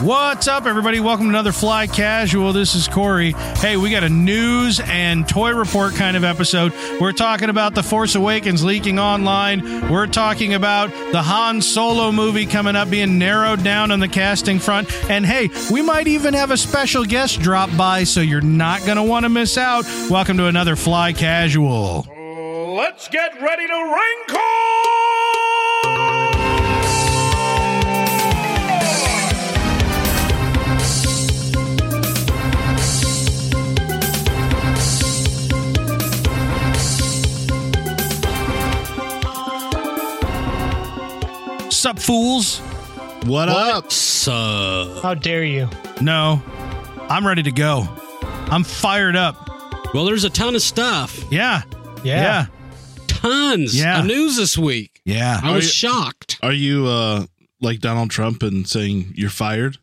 What's up, everybody? Welcome to another Fly Casual. This is Corey. Hey, we got a news and toy report kind of episode. We're talking about The Force Awakens leaking online. We're talking about the Han Solo movie coming up being narrowed down on the casting front. And hey, we might even have a special guest drop by, so you're not going to want to miss out. Welcome to another Fly Casual. Let's get ready to wrinkle! Sup, fools? What, up? So, How dare you? No, I'm ready to go. I'm fired up. well, there's a ton of stuff. Yeah. Yeah. Tons Yeah. of news this week. Yeah. I was Are you- shocked. Are you uh like Donald Trump and saying you're fired?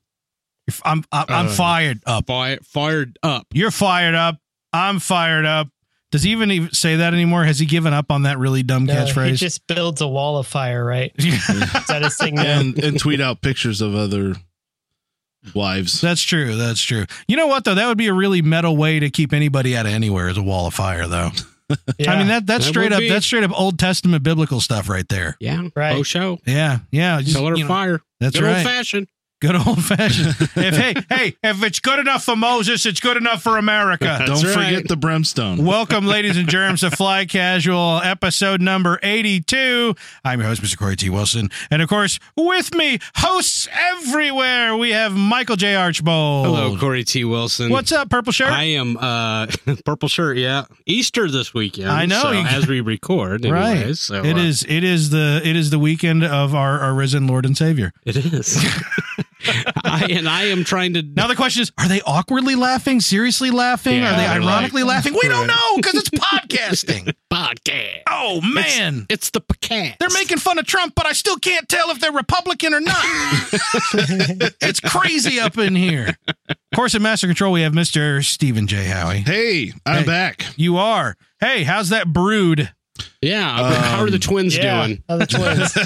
I'm I'm, I'm Uh, fired up. Fi fired up. You're fired up. I'm fired up. Does he even even say that anymore? Has he given up on that really dumb No, He catchphrase? just builds a wall of fire, right? Is that his thing now? And and tweet out pictures of other wives. that's true. That's true. You know what though? That would be a really metal way to keep anybody out of anywhere is a wall of fire though. Yeah, I mean that that's That straight would up be. that's straight up Old Testament biblical stuff right there. Yeah. Right. Oh, show. Yeah. Yeah. Just, Color you know, fire. that's Good right. old fashioned. good old fashioned. if hey, hey, if it's good enough for Moses, it's good enough for America. Don't right. forget the brimstone. Welcome, ladies and germs, to Fly Casual, episode number 82. I'm your host, Mr. Corey T. Wilson. And of course, with me, hosts everywhere, we have Michael J. Archbold. Hello, Corey T. Wilson. What's up, Purple Shirt? I am uh purple shirt, yeah. Easter this weekend. I know, so you- as we record, Right. anyways, So It uh, is it is the it is the weekend of our, our risen Lord and Savior. It is. I, and I am trying to. Now the question is, are they awkwardly laughing? Seriously laughing? Yeah, are they they're ironically laughing? We don't Right. know because it's podcasting. podcast. oh man. It's the podcast. They're making fun of Trump, but I still can't tell if they're Republican or not. it's crazy up in here. Of course, in Master Control, we have Mr. Stephen J. Howie. Hey, I'm Hey. back. You are. Hey, how's that brood? Yeah. how Um, are the twins yeah. doing? How the twins.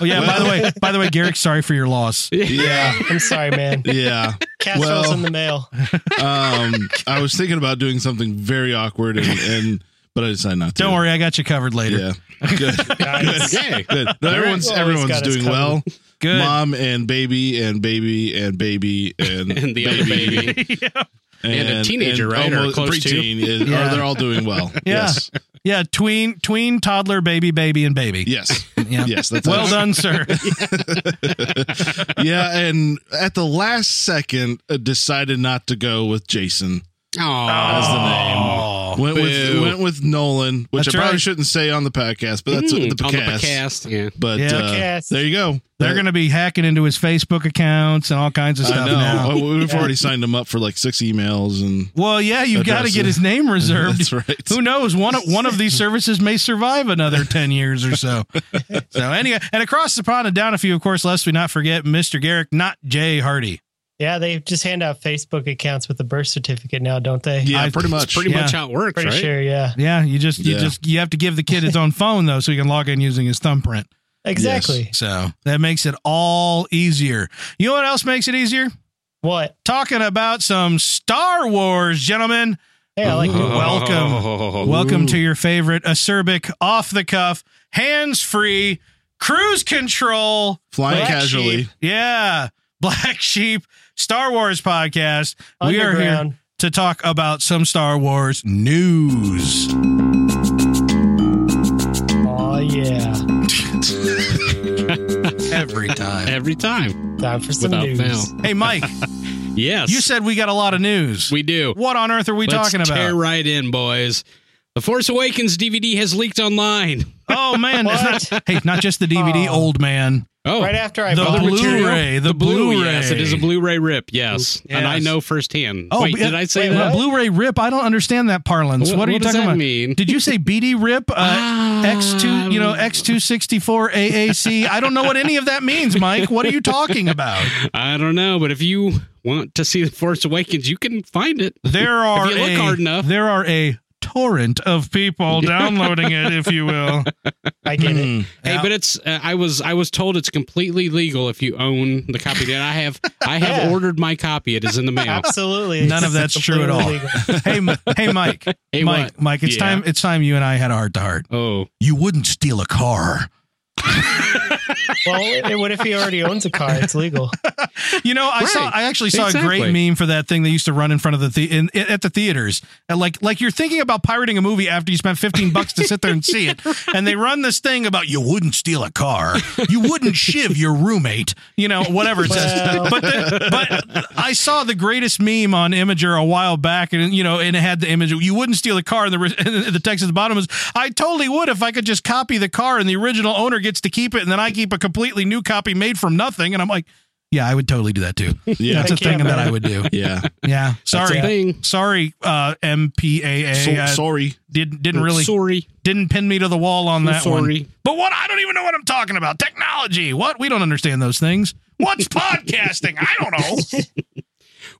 Oh yeah. by the way, by the way, Garrick, sorry for your loss. Yeah. I'm sorry, man. Yeah. Castro's Well- in the mail. Um I was thinking about doing something very awkward and, and but I decided not to. Don't worry, I got you covered later. Yeah. Good. Nice. Yay. Good. No, everyone's Always everyone's got us doing covered. well. Good. Mom and baby and baby and baby and And the other baby. And a teenager, right? Or almost- close to? preteen is- Yeah. are- they're all doing well. Yes. Yeah, tween, tween, toddler, baby, baby, and baby. Yes. Yeah. Yes. That's Well it. done, sir. Yeah. And at the last second, uh, decided not to go with Jason. Aw. Oh, Went with, boo. went with Nolan, which That's I probably right. Mm-hmm. shouldn't say on the podcast, but that's uh, Mm, the, podcast. on the podcast. Yeah. But Yeah. uh, Podcast. there you go. They're going to be hacking into his Facebook accounts and all kinds of I stuff now. know. Oh, We've already signed him up for like six emails, and Well, yeah, you've got to Address get it. his name reserved. that's right. Who knows? One one of these services may survive another ten years or so. So anyway, and across the pond and down a few, of course, lest we not forget Mr. Garrick, not Jay Hardy. Yeah, they just hand out Facebook accounts with a birth certificate now, don't they? Yeah, I- pretty much. That's pretty Yeah. much how it works, Pretty right? sure, yeah. Yeah, you just you Yeah. just you have to give the kid his own phone though, so he can log in using his thumbprint. Exactly. So that makes it all easier. You know what else makes it easier? What? Talking about some Star Wars, gentlemen. Hey, I like Uh-huh. Oh, new Welcome. Oh. Welcome to your favorite acerbic, off the cuff, hands free, cruise control. flying Black casually. sheep. Yeah. Black Sheep Star Wars podcast. We are here underground. to talk about some Star Wars news. Oh, yeah. Every time. Every time. Time for some Without news. fail. hey, Mike, Yes. you said we got a lot of news. we do. what on earth are we Let's talking about? Tear right in, boys. The Force Awakens DVD has leaked online. oh, man. It's not, hey, not just the DVD, Oh. old man. Oh, Right after I The bought Blu-ray. material- Blu-ray, the Blu-ray. Yes, it is a Blu-ray rip. Yes, and I Yes. know firsthand. Oh, Wait, yeah. did I say Wait, that? A Blu ray rip. I don't understand that parlance. What, Wh- are you does talking that about? Mean? Did you say BD rip? Uh, Ah, X2, you know, X264 AAC. I don't know what any of that means, Mike. What are you talking about? I don't know, but if you want to see the Force Awakens, you can find it. There are you look a, hard enough. There are a torrent of people downloading it, if you will. I get it. Hey, but it's uh, I was I was told it's completely legal if you own the copy that I have. I have Yeah. ordered my copy. It is in the mail. Absolutely. None of that's true at all. completely legal. hey, M- hey, Mike, Hey, Mike, what? Mike, it's Yeah. time. It's time you and I had a heart to heart. Oh, You wouldn't steal a car. Well, it- what if he already owns a car? It's legal. You know, I saw. Right. I actually saw a great Exactly. meme for that thing they used to run in front of the, the in, at the theaters. And like, like you're thinking about pirating a movie after you spent 15 bucks to sit there and see it, and they run this thing about you wouldn't steal a car, you wouldn't shiv your roommate, you know, whatever it says. Well. But the, but I saw the greatest meme on Imager a while back, and you know, and it had the image of, you wouldn't steal a car, and the re- and the text at the bottom was I totally would if I could just copy the car, and the original owner gets to keep it, and then I keep a completely new copy made from nothing, and I'm like. Yeah, I would totally do that too. Yeah. That's a thing can't, that man. I would do. yeah. Yeah. that's a Sorry. thing. Sorry, uh, So, MPAA. uh, sorry. didn't didn't really sorry. didn't pin me to the wall on that sorry. one. But what I don't even know what I'm talking about. Technology. What we don't understand those things. What's podcasting? I don't know.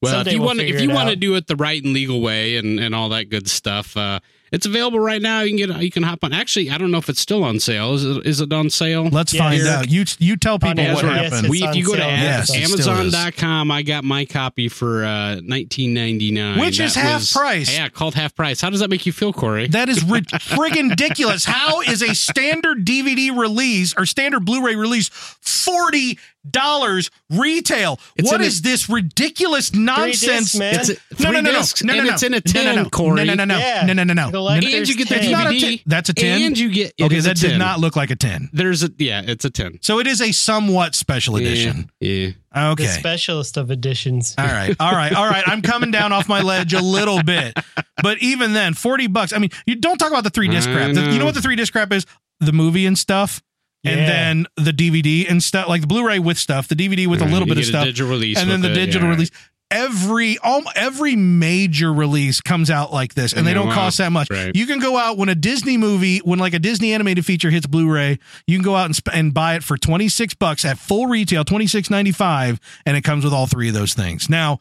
Well, Someday if you we'll want to, figure if you it want to out. do it the right and legal way and, and all that good stuff, uh, it's available right now. You can get you can hop on. Actually, I don't know if it's still on sale. Is it, is it on sale? Let's Yeah, find Eric. out. You you tell On people what Amazon, yes, happened. it's we, if on you go to sale. Yes, it still is. Amazon.com, I got my copy for uh, 19.99, Which is half price. Yeah, called half price. How does that make you feel, Corey? That is ri- friggin' ridiculous. How is a standard DVD release or standard Blu-ray release forty dollars retail? It's what in a- is this ridiculous nonsense? discs, man. It's a, No, three no, no, no, discs, no, no, and no. it's in a No, tin, no, no. Corey. No, no, no, Yeah. no, no, no, no. Collector's And you get the tape. It's not a DVD. tin. That's a tin? And you get it okay, is a that did tin. not look like a tin. There's a yeah, it's a ten So it is a somewhat special edition. Yeah. The Okay. specialist of editions. All right. All right. All right. I'm coming down off my ledge a little bit. But even then, 40 bucks. I mean, you don't talk about the three disc I crap. The- you know know. what the three disc crap is? The movie and stuff. And Yeah. then the DVD and stuff, like the Blu-ray with stuff, the DVD with a Right, little Mm-hmm. you bit of get a stuff, digital release and then with the it, yeah, digital right. release. Every um, every major release comes out like this, and they Yeah, don't wow. cost that much. Right. You can go out when a Disney movie, when like a Disney animated feature hits Blu-ray, you can go out and, sp- and buy it for twenty six bucks at full retail, twenty six ninety five, and it comes with all three of those things. Now,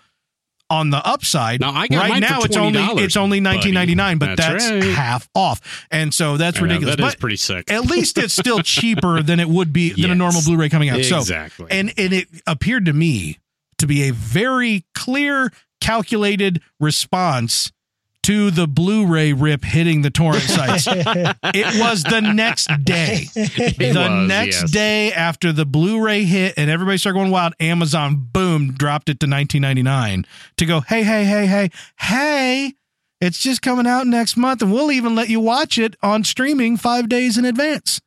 on the upside, Now, I got right mine for now it's only $20, it's only buddy. nineteen ninety nine, but that's, That's right. half off, and so that's I know, ridiculous. That is but pretty sick. at least it's still cheaper than it would be than a Yes. normal Blu-ray coming out. So exactly. and and it appeared to me to be a very clear calculated response to the blu-ray rip hitting the torrent sites it was the next day the was, next yes. day after the blu-ray hit and everybody started going wild amazon boom dropped it to 1999 to go hey hey hey hey hey it's just coming out next month and we'll even let you watch it on streaming five days in advance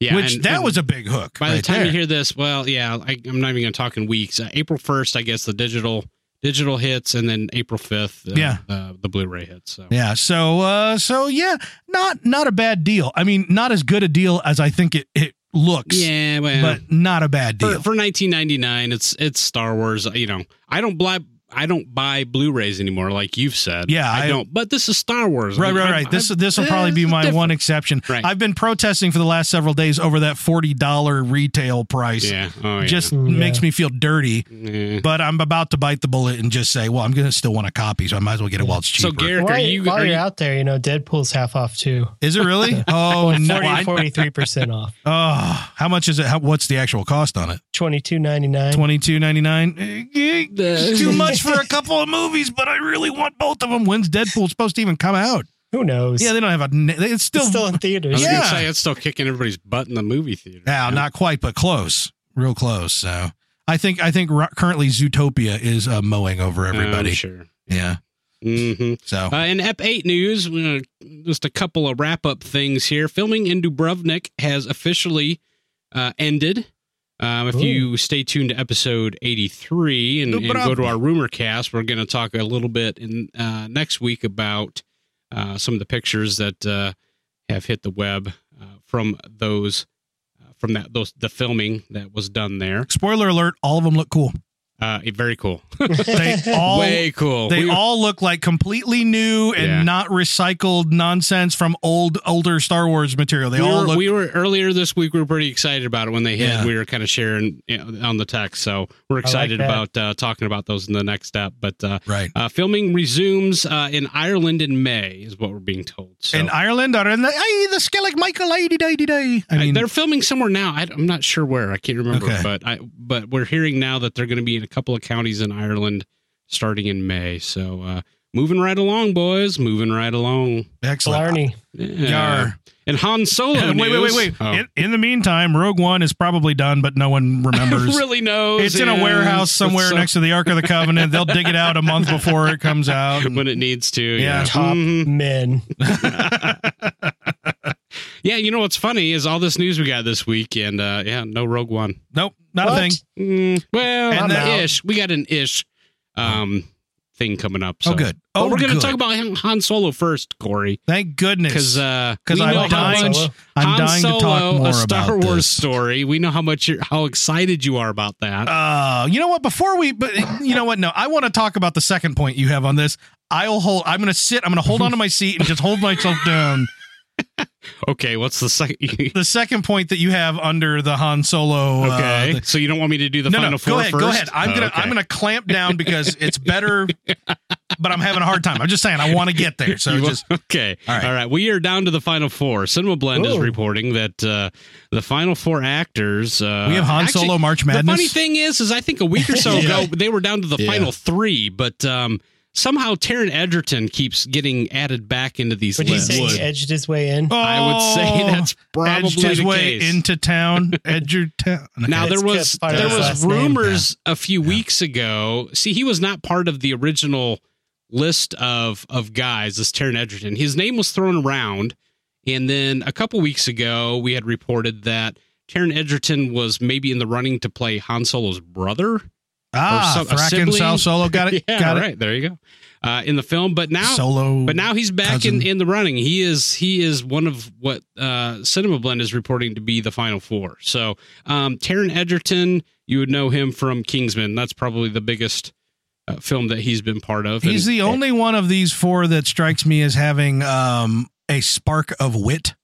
yeah, which and- that and was a big hook by the right time there. you hear this, well, yeah, I, I'm not even going to talk in weeks. Uh, April 1st, I guess the digital digital hits, and then April 5th, uh, Yeah. uh, the Blu-ray hits. So. Yeah. So uh so yeah, not not a bad deal. I mean, not as good a deal as I think it, it looks. Yeah, well, But not a bad for, deal. for 19.99, it's it's Star Wars. uh, You know, I don't buy I don't buy Blu-rays anymore, like you've said. Yeah, I, I- don't. But this is Star Wars. Right, I'm- right, I'm- right. This I'm- this will eh, probably be it's my different. one exception. Right. I've been protesting for the last several days over that forty dollar retail price. Yeah. Oh, yeah. Just Yeah. makes me feel dirty. Yeah. But I'm about to bite the bullet and just say, well, I'm gonna still want a copy, so I might as well get it while it's So, cheaper. Garrick, are While, you you, while are you're you- out there, you know, Deadpool's half off too. is it really? Oh no! 40, I- 43% off. oh, how much is it? How, what's the actual cost on it? Twenty two ninety nine. Twenty two ninety nine. Eh, It's too much for a couple of movies, but I really want both of them. When's Deadpool supposed to even come out? Who knows? Yeah, they don't have a. na- It's still, it's still in I theaters. was Yeah. gonna say it's still kicking everybody's butt in the movie theater. now, not quite, but close, real close. So I think I think ro- currently Zootopia is uh, mowing over I'm everybody. sure. Yeah. hmm So Uh, in Ep 8 news, uh, just a couple of wrap up things here. Filming in Dubrovnik has officially uh, ended. Um, if Ooh. you stay tuned to episode 83 and, and go to our rumor cast, we're going to talk a little bit in uh, next week about uh, some of the pictures that uh, have hit the web uh, from those. uh, From that, those the filming that was done there. spoiler alert: all of them look cool. Uh, it- very cool. They all Way cool. they We were- all look like completely new and Yeah. not recycled nonsense from old older Star Wars material. They we all were, look we were earlier this week. We were pretty excited about it when they hit. Yeah. We were kind of sharing you know, on the text, so we're excited that. about uh, talking about those in the next step. But uh, right. uh, filming resumes uh, in Ireland in May, is what we're being told. So In Ireland are in the hey, the Skellig Michael ay, di, di, di, di. I mean they're filming somewhere now. I, am not sure where. I can't remember, Okay. but I but we're hearing now that they're going to be in a couple of counties in Ireland starting in May. So uh, moving right along, boys. Moving right along. excellent. Blarney. Yeah. Yar. And Han Solo. wait, wait, wait, news. wait. Oh. In, in the meantime, Rogue One is probably done, but no one remembers. really knows. it's in a and warehouse somewhere so- next to the Ark of the Covenant. They'll dig it out a month before it comes out. when it needs to. Yeah. Yeah. Top Mhm. men. Yeah, you know what's funny is all this news we got this week, and uh, yeah, no Rogue One. Nope, not a What? thing. Oh, Mm, well, And an that- ish. We got an ish um, thing coming up. So. Oh, good. But Oh, we're going to good. talk about Han- Han Solo first, Corey, Thank goodness. because uh, Because we know I'm how dying. much Solo. I'm Han dying Solo, uh, to talk more a Star about Wars this. story. We know how much you're, how excited you are about that. Uh, you know what? Before we, but you know what? No, I want to talk about the second point you have on this. I'll hold. I'm going to sit. I'm going to hold onto my seat and just hold myself down. okay, what's the second? okay, The second point that you have under the Han Solo. uh, the- so you don't want me to do the no, final no. four Go ahead. first? Go ahead. I'm Oh, gonna. okay. I'm gonna clamp down because it's better. but I'm having a hard time. I'm just saying. I want to get there. So You wa- just okay. All All right. right. We are down to the final four. Cinema Blend is Ooh. reporting that uh, the final four actors. Uh, we have Han actually, Solo March The Madness. funny thing is, is I think a week or so Yeah. ago they were down to the Yeah. final three, but um, somehow Taron Edgerton keeps getting added back into these Would you lists. say Would. he edged his way in? I would say Oh, that's probably edged his the way case. into town. Edgertown. Now It's there was part of there his was last name. rumors a few weeks ago. See, he was not part of the original list of of guys. This Taron Edgerton, his name was thrown around, and then a couple weeks ago we had reported that Taron Edgerton was maybe in the running to play Han Solo's brother. ah, some- a fracking sibling. Sal Solo got Uh, it. yeah, got it. right there you go. Uh, in the film, but now Solo. but now he's back in, cousin. in the running. He is he is one of what uh, Cinema Blend is reporting to be the final four. So um, Taron Edgerton, you would know him from Kingsman. That's probably the biggest uh, film that he's been part of. He's And- the only one of these four that strikes me as having um, a spark of wit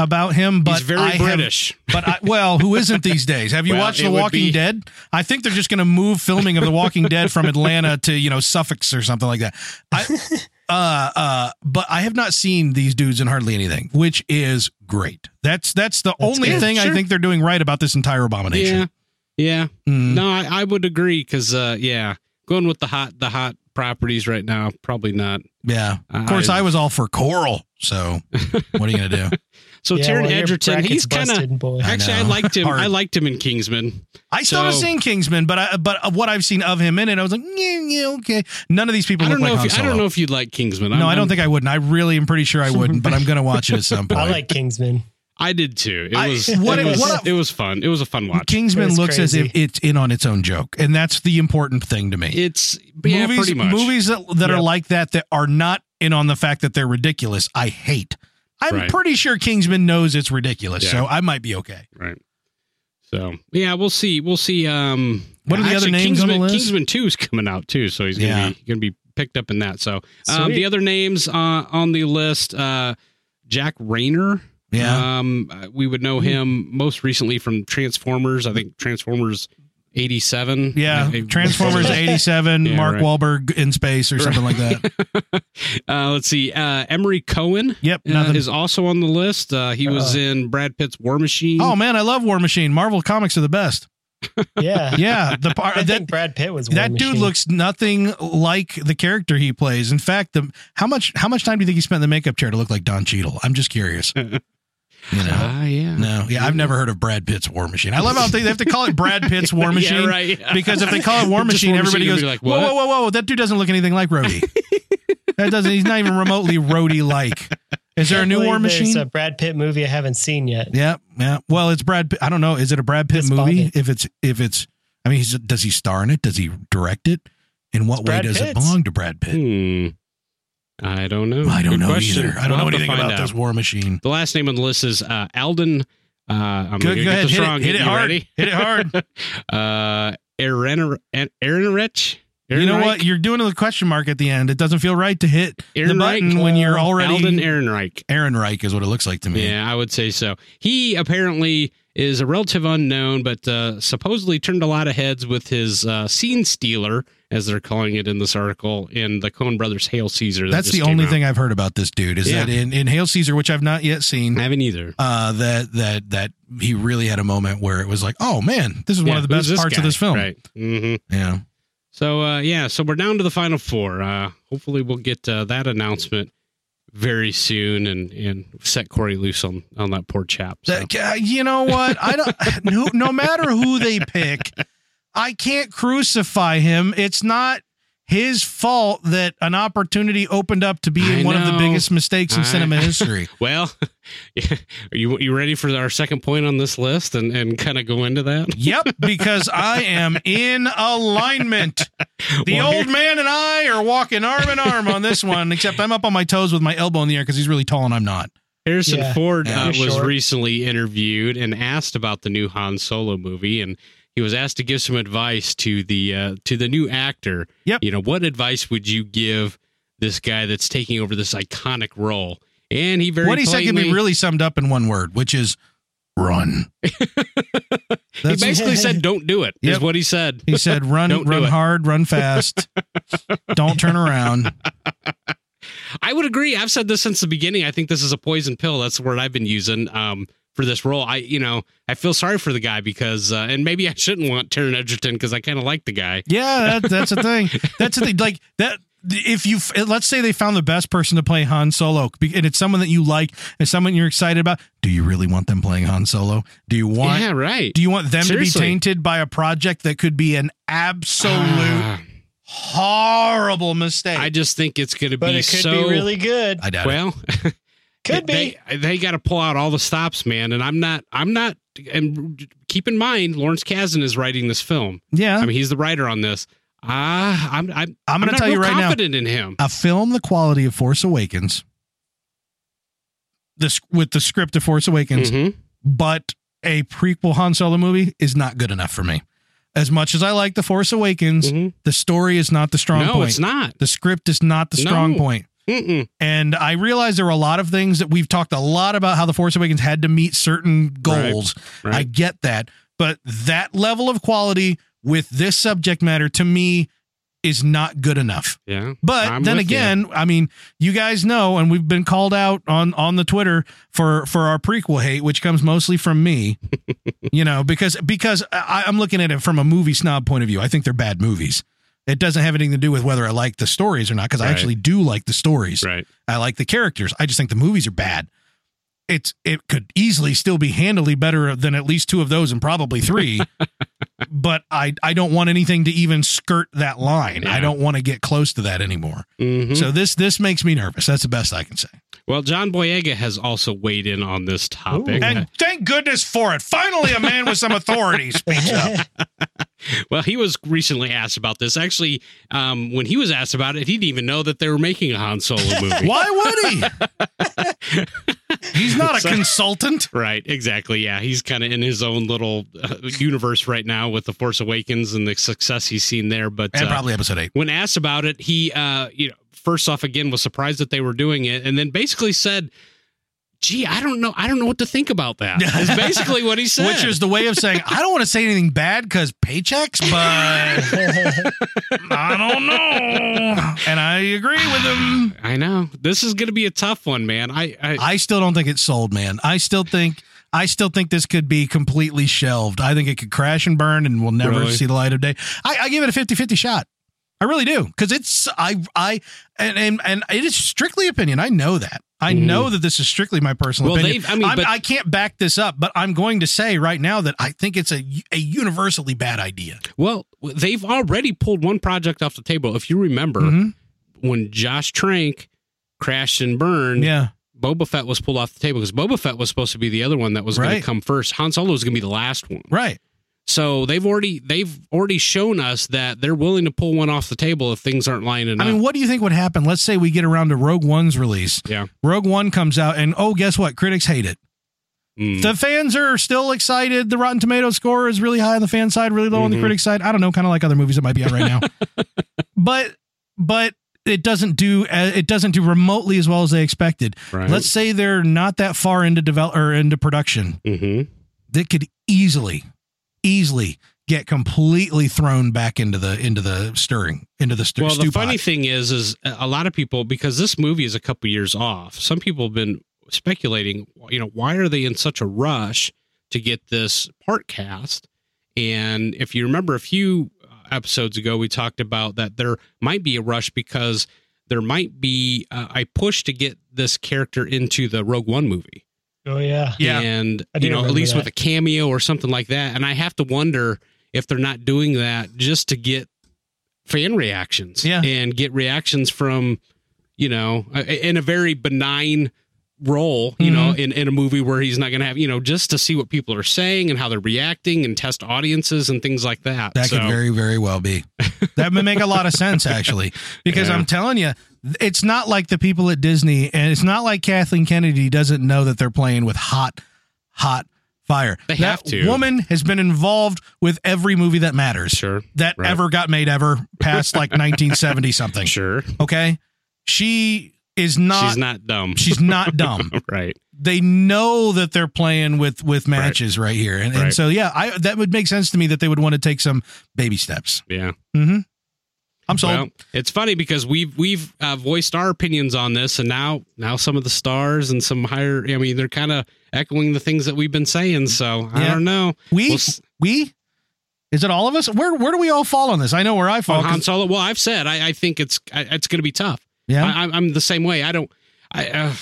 about him. But he's very I have- British. but I, well, who isn't these days? Have you Well, watched it The would Walking be- Dead? I think they're just going to move filming of The Walking Dead from Atlanta to you know Suffolk or something like that. I, uh, uh, but I have not seen these dudes in hardly anything, which is great. That's that's the That's only good. thing I Sure. think they're doing right about this entire abomination. yeah, yeah. Mm. No, I, I would agree because uh, yeah, going with the hot the hot properties right now probably not. yeah. Uh, Of course, I was all for Coral. So what are you going to do? so Yeah, Taron well, your Edgerton. bracket's He's kind of busted, boy. I actually I, know. liked him. Hard. I liked him in Kingsman. I still haven't So- seen Kingsman, but I, but what I've seen of him in it, I was like, yeah, yeah, okay. None of these people I look don't know like Han if you, I Solo. don't know if you'd like Kingsman. no, I'm- I'm, I do not I'm- think I wouldn't. I really am pretty sure I wouldn't, but I'm going to watch it at some point. I like Kingsman. I did too. It I- was what it it- was, what a- it was fun. It was a fun watch. Kingsman It's looks as if it's in on its own joke, and that's the important thing to me. It's yeah, movies, pretty much. movies that, that are Yep. like that that are not in on the fact that they're ridiculous. I hate. I'm Right. pretty sure Kingsman knows it's ridiculous, Yeah. so I might be okay. right? So yeah, we'll see. We'll see. Um, What are the other actually, names on the Kingsman, list? Kingsman Two is coming out too, so he's gonna Yeah. be gonna be picked up in that. So um, Sweet. the other names uh, on the list, uh, Jack Rayner. Yeah, Mm-hmm. Um, uh, we would know him most recently from Transformers. I think Transformers '87. yeah. Transformers '87, Yeah, Mark right. Wahlberg in space or something like that. Uh, let's see. Uh, Emery Cohen. Yep, uh, nothing. is also on the list. Uh, he was Uh, in Brad Pitt's War Machine. Oh man, I love War Machine. Marvel comics are the best. Yeah. Yeah, the part I that think Brad Pitt was that War dude Machine. looks nothing like the character he plays. In fact, the how much how much time do you think he spent in the makeup chair to look like Don Cheadle? I'm just curious. You know. Ah, yeah. No, yeah, I've never heard of Brad Pitt's War Machine. I love how they, they have to call it Brad Pitt's War Machine Yeah, right. because if they call it War Just Machine, War everybody Machine, goes, you'll be like, "Whoa, "What?" whoa, whoa, whoa! That dude doesn't look anything like Rhodey. that doesn't. He's not even remotely Rhodey like." Is there a Can't new War believe there's Machine? a Brad Pitt movie I haven't seen yet. Yeah, yeah. Well, it's Brad. Pitt. I don't know. Is it a Brad Pitt It's movie? Bobby. If it's if it's, I mean, he's, does he star in it? Does he direct it? In what way Brad does it Pitt's. belong to Brad Pitt? Hmm. I don't know. I don't Good know question. either. I don't We'll know have to anything find about out. this war machine. The last name on the list is uh, Alden. Uh, I'm Go, gonna go get ahead, this hit wrong. it, hit it You hard, ready? hit it hard. Uh, Aaron Ehrenreich. You know what? You're doing a question mark at the end. It doesn't feel right to hit the button when you're already uh, Alden Ehrenreich. Aaron Reich is what it looks like to me. Yeah, I would say so. He apparently is a relative unknown, but uh, supposedly turned a lot of heads with his uh, scene stealer, as they're calling it in this article, in the Coen Brothers Hail Caesar. that That's just the came only out. thing I've heard about this dude is Yeah. that in, in Hail Caesar, which I've not yet I seen, haven't either. uh, that that that he really had a moment where it was like, oh man, this is one Yeah, of the best who's this parts of guy? this film. Right. hmm Yeah, So uh, yeah, so we're down to the final four. Uh, hopefully, we'll get uh, that announcement very soon and and set Corey loose on on that poor chap. So. That- uh, you know what? I don't. no, no matter who they pick, I can't crucify him. It's not his fault that an opportunity opened up to being I one of the know. biggest mistakes in I- cinema history. Well, are you you ready for our second point on this list and, and kind of go into that? Yep, because I am in alignment. The Well, old here- man and I are walking arm in arm on this one, except I'm up on my toes with my elbow in the air because he's really tall and I'm not. Harrison Yeah, Ford yeah. uh, You're was short. recently interviewed and asked about the new Han Solo movie, and he was asked to give some advice to the uh, to the new actor. Yep. You know, what advice would you give this guy that's taking over this iconic role? And he very what he said can be plainly- really summed up in one word, which is run. he That's, basically said, "Don't do it." Is Yep. what he said. he said, run, Don't do run it. hard, run fast. Don't turn around. I would agree. I've said this since the beginning. I think this is a poison pill. That's the word I've been using um, for this role. I, you know, I feel sorry for the guy because, uh, and maybe I shouldn't want Taron Edgerton because I kind of like the guy. Yeah, that, that's the thing. That's the thing. Like that. If you let's say they found the best person to play Han Solo, be- and it's someone that you like, and someone you're excited about, do you really want them playing Han Solo? Do you want? Yeah, right. Do you want them to Seriously. be tainted by a project that could be an absolute Ah, horrible mistake? I just think it's going to But be it could so. be really good. I doubt it. well, Could be. they, They got to pull out all the stops, man. And I'm not. I'm not. And keep in mind, Lawrence Kazan is writing this film. Yeah, I mean, he's the writer on this. Ah, I'm. I'm, I'm going to not tell you real right now. confident in him. a film the quality of Force Awakens, this with the script of Force Awakens, Mhm. but a prequel Han Solo movie is not good enough for me. As much as I like The Force Awakens, Mhm. the story is not the strong No, point. it's not. The script is not the No. strong point. Mm-mm. And I realize there were a lot of things that we've talked a lot about how The Force Awakens had to meet certain Right, goals. right. I get that. But that level of quality with this subject matter to me is not good enough. Yeah. But I'm then with you. again, I mean, you guys know, and we've been called out on on the Twitter for for our prequel hate, which comes mostly from me. you know, because because I, I'm looking at it from a movie snob point of view. I think they're bad movies. It doesn't have anything to do with whether I like the stories or not, because I Right. actually do like the stories. Right. I like the characters. I just think the movies are bad. It's it could easily still be handily better than at least two of those and probably three. but I I don't want anything to even skirt that line. I Yeah. don't want to get close to that anymore. Mhm. So this this makes me nervous. That's the best I can say. well, John Boyega has also weighed in on this topic. Ooh. And thank goodness for it. Finally a man with some authority speaks up. Well, he was recently asked about this. Actually, um, when he was asked about it, he didn't even know that they were making a Han Solo movie. Why would he? He's not a consultant. Right, exactly. Yeah, he's kind of in his own little uh, universe right now with the Force Awakens and the success he's seen there. But And uh, probably episode eight. when asked about it, he, uh, you know, first off, again was surprised that they were doing it, and then basically said, "Gee, I don't know, I don't know what to think about that." Is basically what he said. Which is the way of saying I don't want to say anything bad because paychecks, but I don't know. And I agree with him. I know this is going to be a tough one, man. I, I I still don't think it's sold, man. I still think I still think this could be completely shelved. I think it could crash and burn and we'll never Really? see the light of day. I, I give it a 50-50 shot. I really do. Because it's I I and, and and it is strictly opinion. I know that. I Mhm. know that this is strictly my personal Well, opinion. they've- I mean, I'm- but- I can't back this up, but I'm going to say right now that I think it's a a universally bad idea. well, they've already pulled one project off the table. If you remember Mhm. when Josh Trank crashed and burned, Yeah. Boba Fett was pulled off the table because Boba Fett was supposed to be the other one that was going Right. to come first. Han Solo was going to be the last one. Right. So they've already they've already shown us that they're willing to pull one off the table if things aren't lining I up. mean, what do you think would happen? Let's say we get around to Rogue One's release. Yeah. Rogue One comes out, and oh, guess what? Critics hate it. Mm. The fans are still excited. The Rotten Tomato score is really high on the fan side, really low on the Mhm. critic side. I don't know, kind of like other movies that might be out right now. but but it doesn't do uh, it doesn't do remotely as well as they expected. Right. Let's say they're not that far into develop or into production. Mhm. That could easily easily get completely thrown back into the into the stirring into the stir. Well, the stew pot. funny thing is, is a lot of people because this movie is a couple years off. Some people have been speculating, you know, why are they in such a rush to get this part cast? And if you remember a few uh, episodes ago, we talked about that there might be a rush because there might be uh, a push to get this character into the Rogue One movie. Oh yeah. Yeah. And I do you know, at remember least that. with a cameo or something like that. And I have to wonder if they're not doing that just to get fan reactions. Yeah. And get reactions from, you know, uh, in a very benign role, you Mm-hmm. know, in, in a movie where he's not gonna have, you know, just to see what people are saying and how they're reacting and test audiences and things like that. That so, could very, very well be. That would make a lot of sense, actually, because Yeah. I'm telling you, it's not like the people at Disney, and it's not like Kathleen Kennedy doesn't know that they're playing with hot, hot fire. They that have to. woman has been involved with every movie that matters sure. that right. ever got made ever past like 1970 something. Sure. Okay, she is not. She's not dumb. She's not dumb right. they know that they're playing with with matches right, here, and, and Right. so yeah, I that would make sense to me that they would want to take some baby steps. Yeah. Mm-hmm. I'm sold. Well, it's funny because we've we've uh, voiced our opinions on this, and now now some of the stars and some higher. I mean, they're kind of echoing the things that we've been saying. So I Yeah. don't know. we Well, s- we is it all of us? Where where do we all fall on this? I know where I fall. on Han 'cause- Solo. Well, I've said I, I think it's I, it's going to be tough. yeah, I, I'm- I'm the same way. I don't. I uh,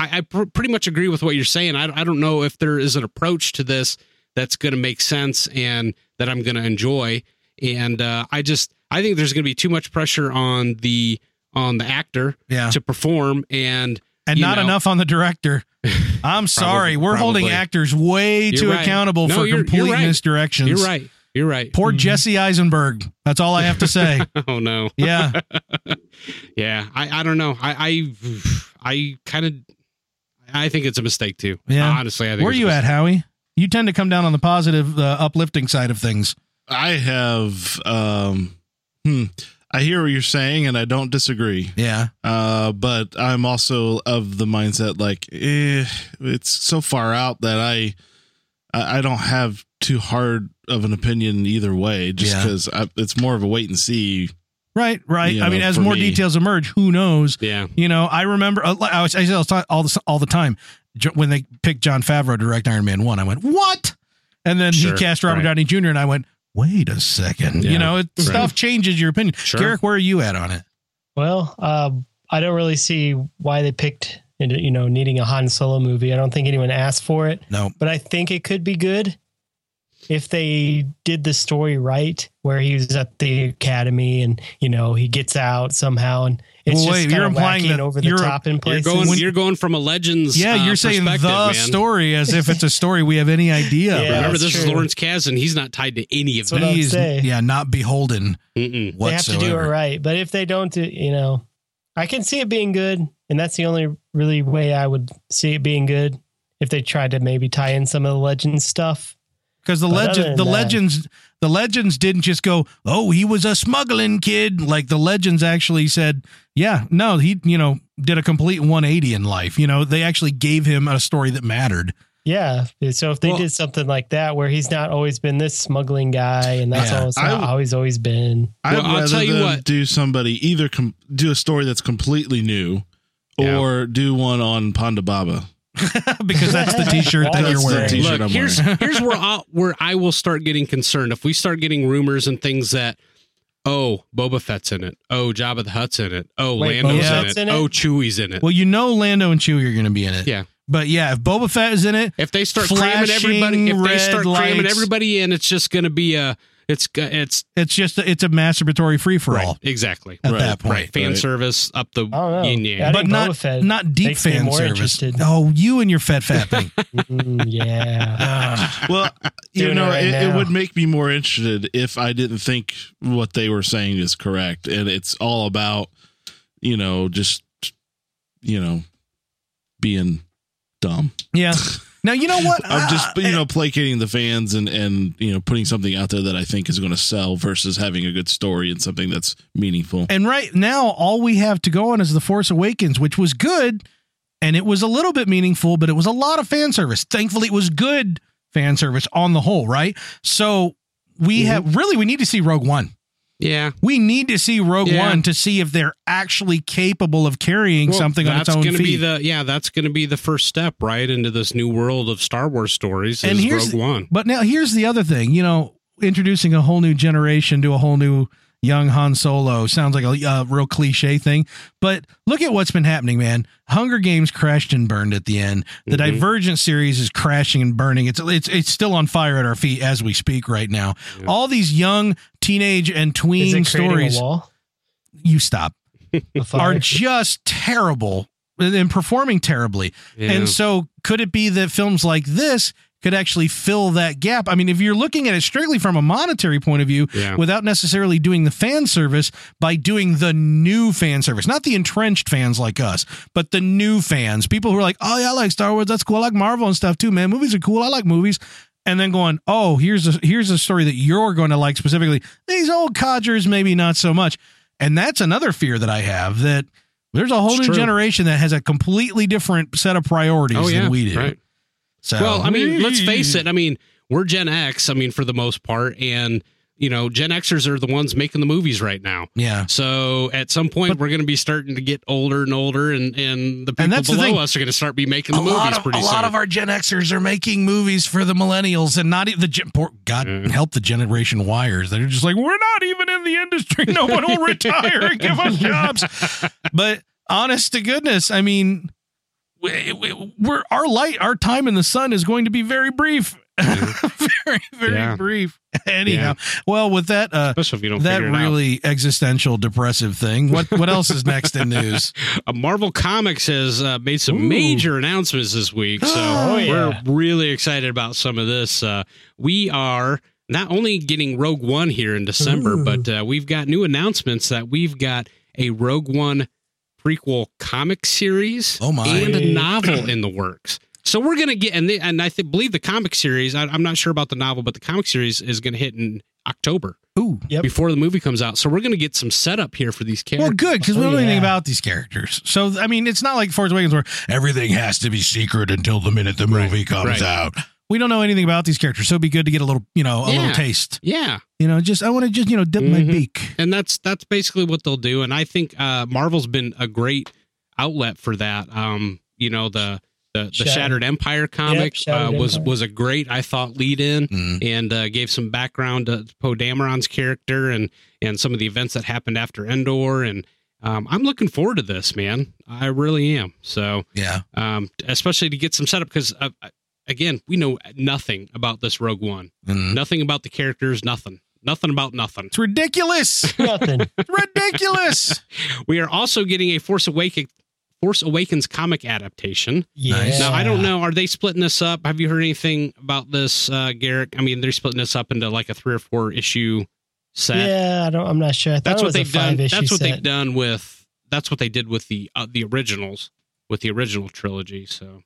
I, I pr- pretty much agree with what you're saying. I, I don't know if there is an approach to this that's going to make sense and that I'm going to enjoy. And uh, I just I think there's going to be too much pressure on the on the actor yeah, to perform and and you not know. enough on the director. I'm sorry, we're holding probably. actors way You're too right. accountable No, for you're- you're complete right. misdirections. You're right. Mm-hmm. You're right. Poor Mhm. Jesse Eisenberg. That's all I have to say. Oh no. yeah, Yeah. I, I don't know. I I, I kind of I think it's a mistake too. Yeah. Honestly, I think. where are it's a you at, mistake. Howie? You tend to come down on the positive, uh, uplifting side of things. I have. Um, hmm. I hear what you're saying, and I don't disagree. Yeah. Uh, but I'm also of the mindset like eh, it's so far out that I, I I don't have too hard of an opinion either way. Just Yeah. because it's more of a wait and see. Right, right. You I mean, know, as for more me. details emerge, who knows? Yeah. You know, I remember uh, I was, I was all the all the time Jo- when they picked John Favreau to direct Iron Man one. I went, what? And then Sure, he cast Robert right. Downey Jr. and I went, wait a second. You Yeah, know, it, right. stuff changes your opinion. Sure. Garrick, where are you at on it? Well, uh, I don't really see why they picked you know needing a Han Solo movie. I don't think anyone asked for it. No. but I think it could be good if they did the story right, where he was at the academy and you know he gets out somehow, and it's Well, wait, just kind you're of implying wacky that and over the you're- top in You're places. going. You're going from a legends. Yeah, uh, you're saying the perspective, man. story as if it's a story we have any idea. Yeah, about. Remember, that's this is true. Lawrence Kasdan. He's not tied to any of That's what that. I- He's- say. yeah, not beholden Mm-mm. they have to do it whatsoever. right, but if they don't do, you know, I can see it being good, and that's the only really way I would see it being good if they tried to maybe tie in some of the legend stuff. because the But other legend than the that- legends the legends didn't just go oh he was a smuggling kid like the legends actually said yeah no he you know did a complete 180 in life you know they actually gave him a story that mattered Yeah, so if they Well- did something like that, where he's not always been this smuggling guy, and that's Yeah, all it's I not would- always always been. Well, I'd I'll rather tell you them what. do somebody either com- do a story that's completely new, Yeah. or do one on Ponda Baba. because that's the t-shirt that That's you're the wearing t-shirt. Look, I'm here's here's where I, where I will start getting concerned if we start getting rumors and things that oh Boba Fett's in it, oh Jabba the Hutt's in it, oh Wait, Lando's Boba in, Fett's it. in it? oh Chewie's in it. well you know lando and chewie are going to be in it Yeah. but yeah if boba fett is in it If they start cramming everybody, if they Flashing start cramming red everybody in, it's just going to be a it's g- it's it's just it's a masturbatory free-for-all right, exactly at Right, that point right fan Right. service up the don't know. yin yang. Yeah, I but think not Boba Fett not deep makes me fan more service interested. oh you and your fat fat thing Mm, yeah. Ah, Well, you Doing it know, right it, it now. would make me more interested if I didn't think what they were saying is correct, and it's all about, you know, just, you know, being dumb. yeah Now you know what? I'm just Ah, eh. you know placating the fans and and you know putting something out there that I think is going to sell versus having a good story and something that's meaningful. Eh, And right now, all we have to go on is The Force Awakens, which was good and it was a little bit meaningful, but it was a lot of fan service. Thankfully, it was good fan service on the whole, right? So Mm-hmm. we have really, we need to see Rogue One. Yeah. We need to see Rogue Yeah. One to see if they're actually capable of carrying Well, something on its that's own gonna feet. Be the, yeah, that's going to be the first step right into this new world of Star Wars stories. And is here's- Rogue One. But now here's the other thing, you know, introducing a whole new generation to a whole new young Han Solo sounds like a uh, real cliche thing, but look at what's been happening, man. Hunger Games crashed and burned at the end. The Mhm. Mm-hmm. Divergent series is crashing and burning. It's it's it's still on fire at our feet as we speak right now. Yeah. All these young teenage and Is tween it creating stories, a wall? you stop, A are fire? just terrible and and performing terribly. Mm-hmm. Yeah. And so, could it be that films like this could actually fill that gap? I mean, if you're looking at it strictly from a monetary point of view, yeah. without necessarily doing the fan service, by doing the new fan service, not the entrenched fans like us, but the new fans, people who are like, oh, yeah, I like Star Wars. That's cool. I like Marvel and stuff too, man. Movies are cool. I like movies. And then going, oh, here's a, here's a story that you're going to like specifically. These old codgers, maybe not so much. And that's another fear that I have that there's a whole It's new true. generation that has a completely different set of priorities oh, yeah. than we do. Right. So, Well, I mean, let's face it. I mean, we're Gen X, I mean, for the most part. And, you know, Gen Xers are the ones making the movies right now. Yeah. So at some point, But- we're going to be starting to get older and older, and, and the people And that's the below thing. us are going to start be making the a movies lot of, pretty a soon. lot of our Gen Xers are making movies for the millennials and not e- the gen, poor, God Yeah. help the generation wires. They're just like we're not even in the industry. No one will retire and give us jobs. But honest to goodness, I mean, we, we, we're our light, our time in the sun is going to be very brief, very very Yeah. brief. Anyhow, well, with that. uh Especially if you don't that figure it out. really existential depressive thing. What what else is next in news? Uh, Marvel Comics has uh, made some Ooh. major announcements this week, so Oh, yeah. we're really excited about some of this. Uh, we are not only getting Rogue One here in December, Ooh. but uh, we've got new announcements that we've got a Rogue One prequel comic series Oh my. and a Hey. novel in the works. So we're gonna get and the, and I th- believe the comic series. I, I'm not sure about the novel, but the comic series is gonna hit in October Ooh. Yep. before the movie comes out. So we're gonna get some setup here for these characters. Well, good because we Oh, don't know anything yeah. about these characters. So I mean, it's not like Force Awakens where everything has to be secret until the minute the movie comes right. out. We don't know anything about these characters, so it'd be good to get a little, you know, a Yeah. little taste. yeah. You know, just I want to just you know dip my Mhm. beak. and that's that's basically what they'll do and i think uh marvel's been a great outlet for that um you know the the, the Shattered. shattered empire comic Shattered uh, was Empire. was a great i thought lead in Mm. and uh, gave some background to poe dameron's character and and some of the events that happened after endor and um, i'm looking forward to this man i really am so Yeah, um especially to get some setup because uh, again we know nothing about this rogue one Mm. nothing about the characters nothing nothing about nothing it's ridiculous, Nothing. ridiculous. We are also getting a Force Awakens Force Awakens comic adaptation. Yeah. Now I Ah. don't know. Are they splitting this up? Have you heard anything about this, uh, Garrick? I mean, they're splitting this up into like a three or four issue set. Yeah, I don't. I'm not sure. I thought that's it what was a they've done. five-issue That's what set. they've done with. That's what they did with the uh, the originals with the original trilogy. So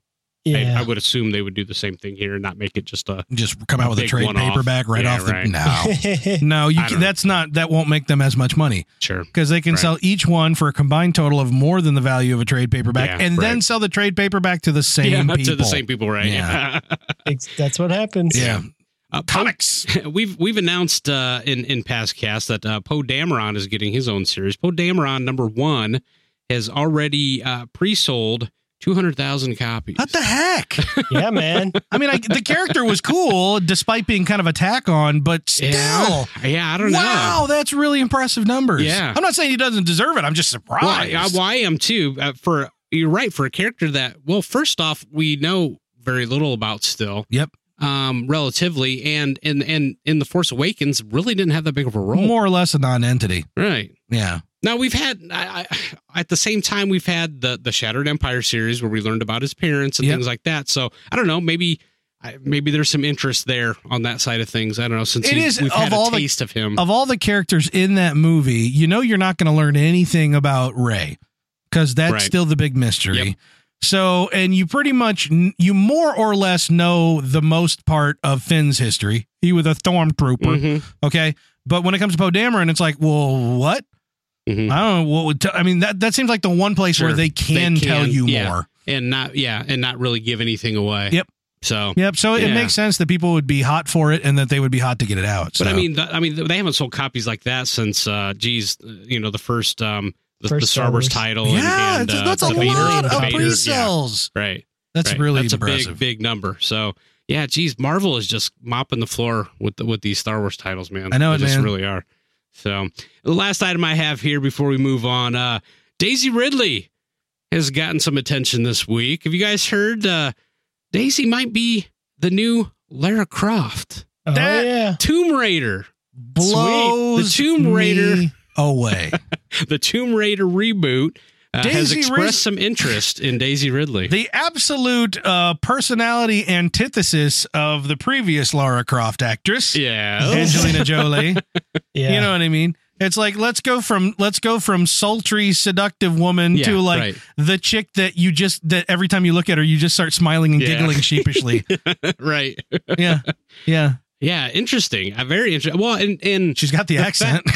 I- Yeah. I, would assume they would do the same thing here and not make it just a. Just come out with a Big trade one-off. paperback right Yeah, off the right. no. No, you I don't can, know. that's not that won't make them as much money Sure. because they can Right. sell each one for a combined total of more than the value of a trade paperback, Yeah, and then right. sell the trade paperback to the same yeah, people. to the same people, right? Yeah. Ex- That's what happens. yeah, Uh, comics. we've we've announced uh, in in past casts that uh, Poe Dameron is getting his own series. Poe Dameron number one has already uh, pre-sold two hundred thousand copies. What the heck? Yeah, man. I mean, I, the character was cool despite being kind of attack on, but still. yeah, yeah, I don't know. Wow, that's really impressive numbers. Yeah. I'm not saying he doesn't deserve it. I'm just surprised. Well, I, I- well, I am too. Uh, for you're right for a character that well, first off, we know very little about still. Yep. Um, relatively, and and and in the Force Awakens, really didn't have that big of a role. More or less a non-entity. Right. Yeah. Now we've had I, I, at the same time we've had the the Shattered Empire series where we learned about his parents and Yep. things like that. So I don't know, maybe I- maybe there's some interest there on that side of things. I don't know since It he, is, we've of had all a the- taste of him. Of all the characters in that movie, you know you're not going to learn anything about Ray because that's Right. still the big mystery. Yep. So, and you pretty much you more or less know the most part of Finn's history. He was a stormtrooper, Mhm, okay. But when it comes to Poe Dameron, it's like, well, what? mhm. I don't know. What would t- I mean? That that seems like the one place Sure. where they can, They tell can, you yeah. more. and not yeah, and not really give anything away. Yep. So, Yep. So it Yeah. makes sense that people would be hot for it and that they would be hot to get it out. but so. I mean, th- I mean, they haven't sold copies like that since, uh, geez, you know, the first, um, the, First the Star Star Wars, Wars. title. and- yeah, and, it's- uh, that's a the Vader- lot the of Vader- yeah, pre-sales. right. That's Right. really that's impressive. a big big number. So yeah, geez, Marvel is just mopping the floor with the, with these Star Wars titles, man. I know it, they just man. really are. So the last item I have here before we move on, uh, Daisy Ridley has gotten some attention this week. Have you guys heard? Uh, Daisy might be the new Lara Croft, Oh, That- yeah. Tomb Raider, blows The Tomb Raider. me away. the Tomb Raider reboot. Uh, has Daisy expressed Rid- some interest in Daisy Ridley. the absolute uh, personality antithesis of the previous Lara Croft actress, yeah, Angelina Jolie. Yeah. You know what I mean? It's like let's go from let's go from sultry, seductive woman Yeah, to like right. the chick that you just that every time you look at her, you just start smiling and Yeah. giggling sheepishly. right. yeah, yeah. Yeah, interesting. Uh, very interesting. Well, and and She's got the, The accent.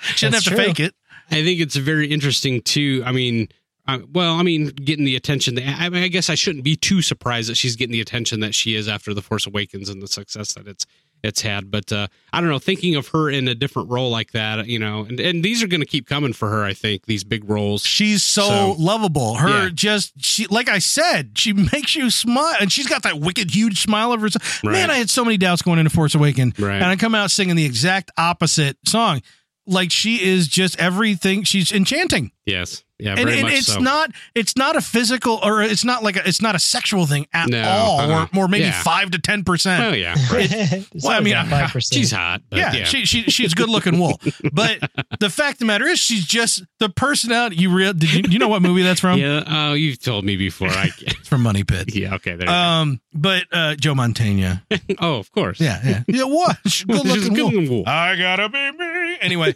she didn't have That's to true. fake it. I think it's very interesting too. I mean, uh, well, I mean, getting the attention. That, I mean, I guess I shouldn't be too surprised that she's getting the attention that she is after the Force Awakens and the success that it's it's had. But uh, I don't know. Thinking of her in a different role like that, you know, and and these are going to keep coming for her. I think these big roles. She's so, So- lovable. Her Yeah. just she like I said, she makes you smile and she's got that wicked huge smile of herself. Right. Man, I had so many doubts going into Force Awaken. Right. And I come out singing the exact opposite song. Like she is just everything. She's enchanting. Yes. Yeah. and Very and much it's so. not it's not a physical or it's not like a, it's not a sexual thing at No, all. uh-uh. Or, or maybe Yeah. five to ten percent. Oh yeah. Right. It's Well, I only mean, got I- 5%. she's hot. But yeah, yeah. she she she's good looking wool, but the fact of the matter is, she's just the personality. You real did you, you know what movie that's from? yeah. Oh, you've told me before. I. It's from Money Pit. yeah. Okay. There. you go. Um, but uh, Joe Montana. Yeah, oh, of course. yeah, yeah. What? She's Good She's looking. good woman. Uh, looking wool. I gotta be me. Anyway,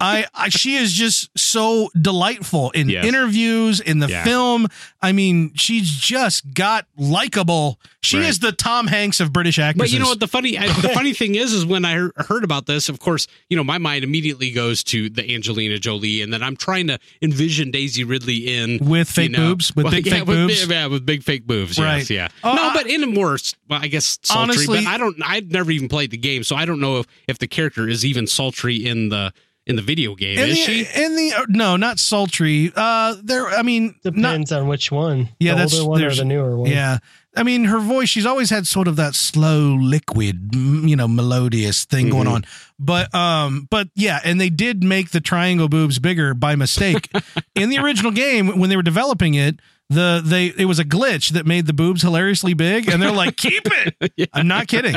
I, I she is just so delightful in Yes. interviews in the Yeah. film. I mean, she's just got likable. She Right. is the Tom Hanks of British actors. But you know what? The funny I, the funny thing is, is when I hear- heard about this, of course, you know, my mind immediately goes to the Angelina Jolie, and then I'm trying to envision Daisy Ridley in With you fake know- boobs, with Well, big yeah, fake with boobs. big- yeah, with big fake boobs, Right. yes, yeah. Oh, no, I- but in a more, well, I guess, sultry. Honestly- but I don't, I've never even played the game, so I don't know if if the character is even sultry in the in the video game. in is the, she? in the uh, no, not sultry. Uh, there. I mean, not, Depends on which one. Yeah, the that's- older one or there's- the newer one. Yeah. I mean, her voice, she's always had sort of that slow, liquid, m- you know, melodious thing going Mm-hmm. on. But, um, but yeah, and they did make the triangle boobs bigger by mistake. In the original game, when they were developing it, the they it was a glitch that made the boobs hilariously big, and they're like, keep it. I'm not kidding.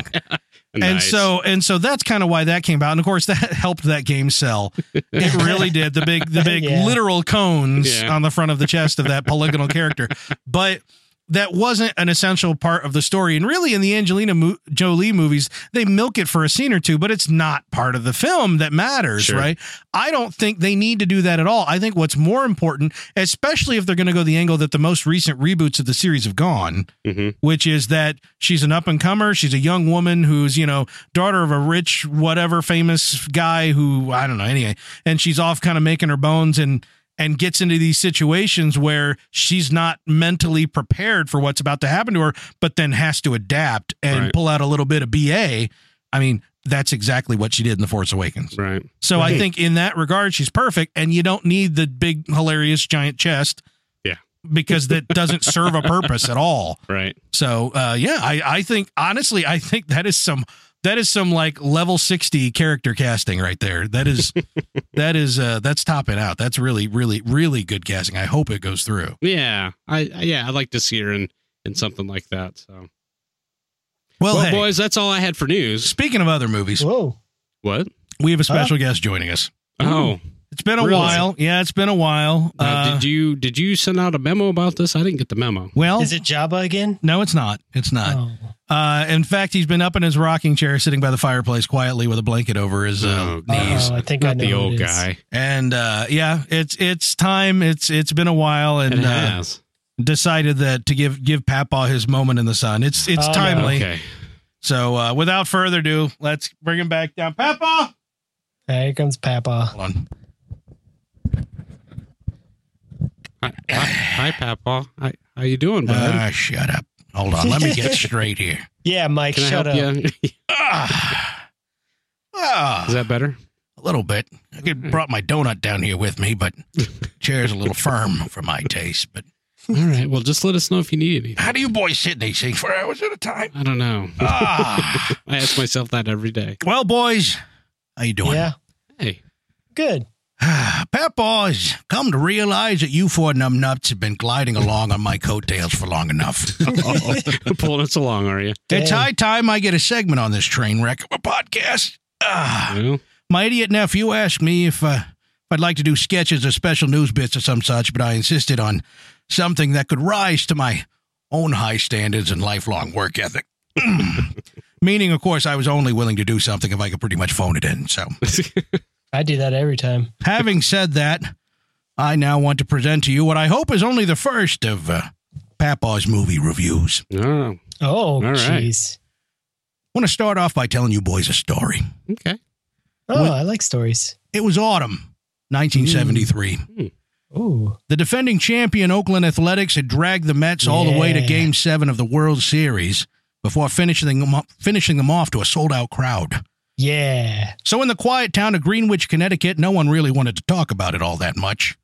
And Nice. so and so that's kind of why that came about. And of course, that helped that game sell. It really did. The big the big Yeah. literal cones Yeah. on the front of the chest of that polygonal character. But that wasn't an essential part of the story. And really, in the Angelina mo- Jolie movies, they milk it for a scene or two, but it's not part of the film that matters, Sure. right? I don't think they need to do that at all. I think what's more important, especially if they're going to go the angle that the most recent reboots of the series have gone, Mhm. which is that she's an up and comer. She's a young woman who's, you know, daughter of a rich, whatever famous guy who, I don't know, anyway. And she's off kind of making her bones and, and gets into these situations where she's not mentally prepared for what's about to happen to her, but then has to adapt and Right. pull out a little bit of BA. I mean, that's exactly what she did in The Force Awakens. right. So I Right. think in that regard, she's perfect, and you don't need the big, hilarious, giant chest. Yeah. Because that doesn't serve a purpose at all. Right. So uh, yeah, I, I think honestly, I think that is some that is some like level sixty character casting right there. That is that is uh that's topping out. That's really, really, really good casting. I hope it goes through. Yeah. I yeah. I'd like to see her in in something like that. So, Well, well hey, boys, that's all I had for news. speaking of other movies, Whoa. What? we have a special guest joining us. Oh. It's been a Really? while. Yeah, it's been a while. Uh, Uh, did you did you send out a memo about this? I didn't get the memo. well, Is it Jabba again? no, it's not. It's not. Oh. Uh, in fact, he's been up in his rocking chair, sitting by the fireplace, quietly with a blanket over his uh, Oh, knees. Oh, I think I Not know the who it old is. guy. And uh, yeah, it's it's time. It's it's been a while, It and uh, has. decided that to give give Papaw his moment in the sun. It's it's Oh, no. timely. Okay. So uh, without further ado, let's bring him back down. Papaw, There comes Papa. hold on. Hi, hi, hi Papa. Hi, how you doing, bud? Ah, shut up. Hold on. Let me get straight here. Yeah, Mike, Can I shut help up. you? Ah, ah. Is that better? A little bit. I Hmm. could brought my donut down here with me, but chair's a little firm for my taste. But All right. Well, just let us know if you need anything. how do you boys sit in these things for hours at a time? I don't know. Ah. I ask myself that every day. well, boys, how you doing? Yeah, Hey, good. Papaw has come to realize that you four numbnuts have been gliding along on my coattails for long enough. pulling us along, are you? it's Dang. high time I get a segment on this train wreck of a podcast. Ah. Well, My idiot nephew asked me if, uh, if I'd like to do sketches or special news bits or some such, but I insisted on something that could rise to my own high standards and lifelong work ethic. Meaning, of course, I was only willing to do something if I could pretty much phone it in. So, I do that every time. having said that, I now want to present to you what I hope is only the first of uh, Papaw's movie reviews. oh, Oh, All right. jeez. I want to start off by telling you boys a story. okay. Oh, What- I like stories. It was autumn 1973. Ooh, The defending champion Oakland Athletics had dragged the Mets all the way to Yeah. Game Seven of the World Series before finishing them up, finishing them off to a sold out crowd. yeah. So in the quiet town of Greenwich, Connecticut, no one really wanted to talk about it all that much.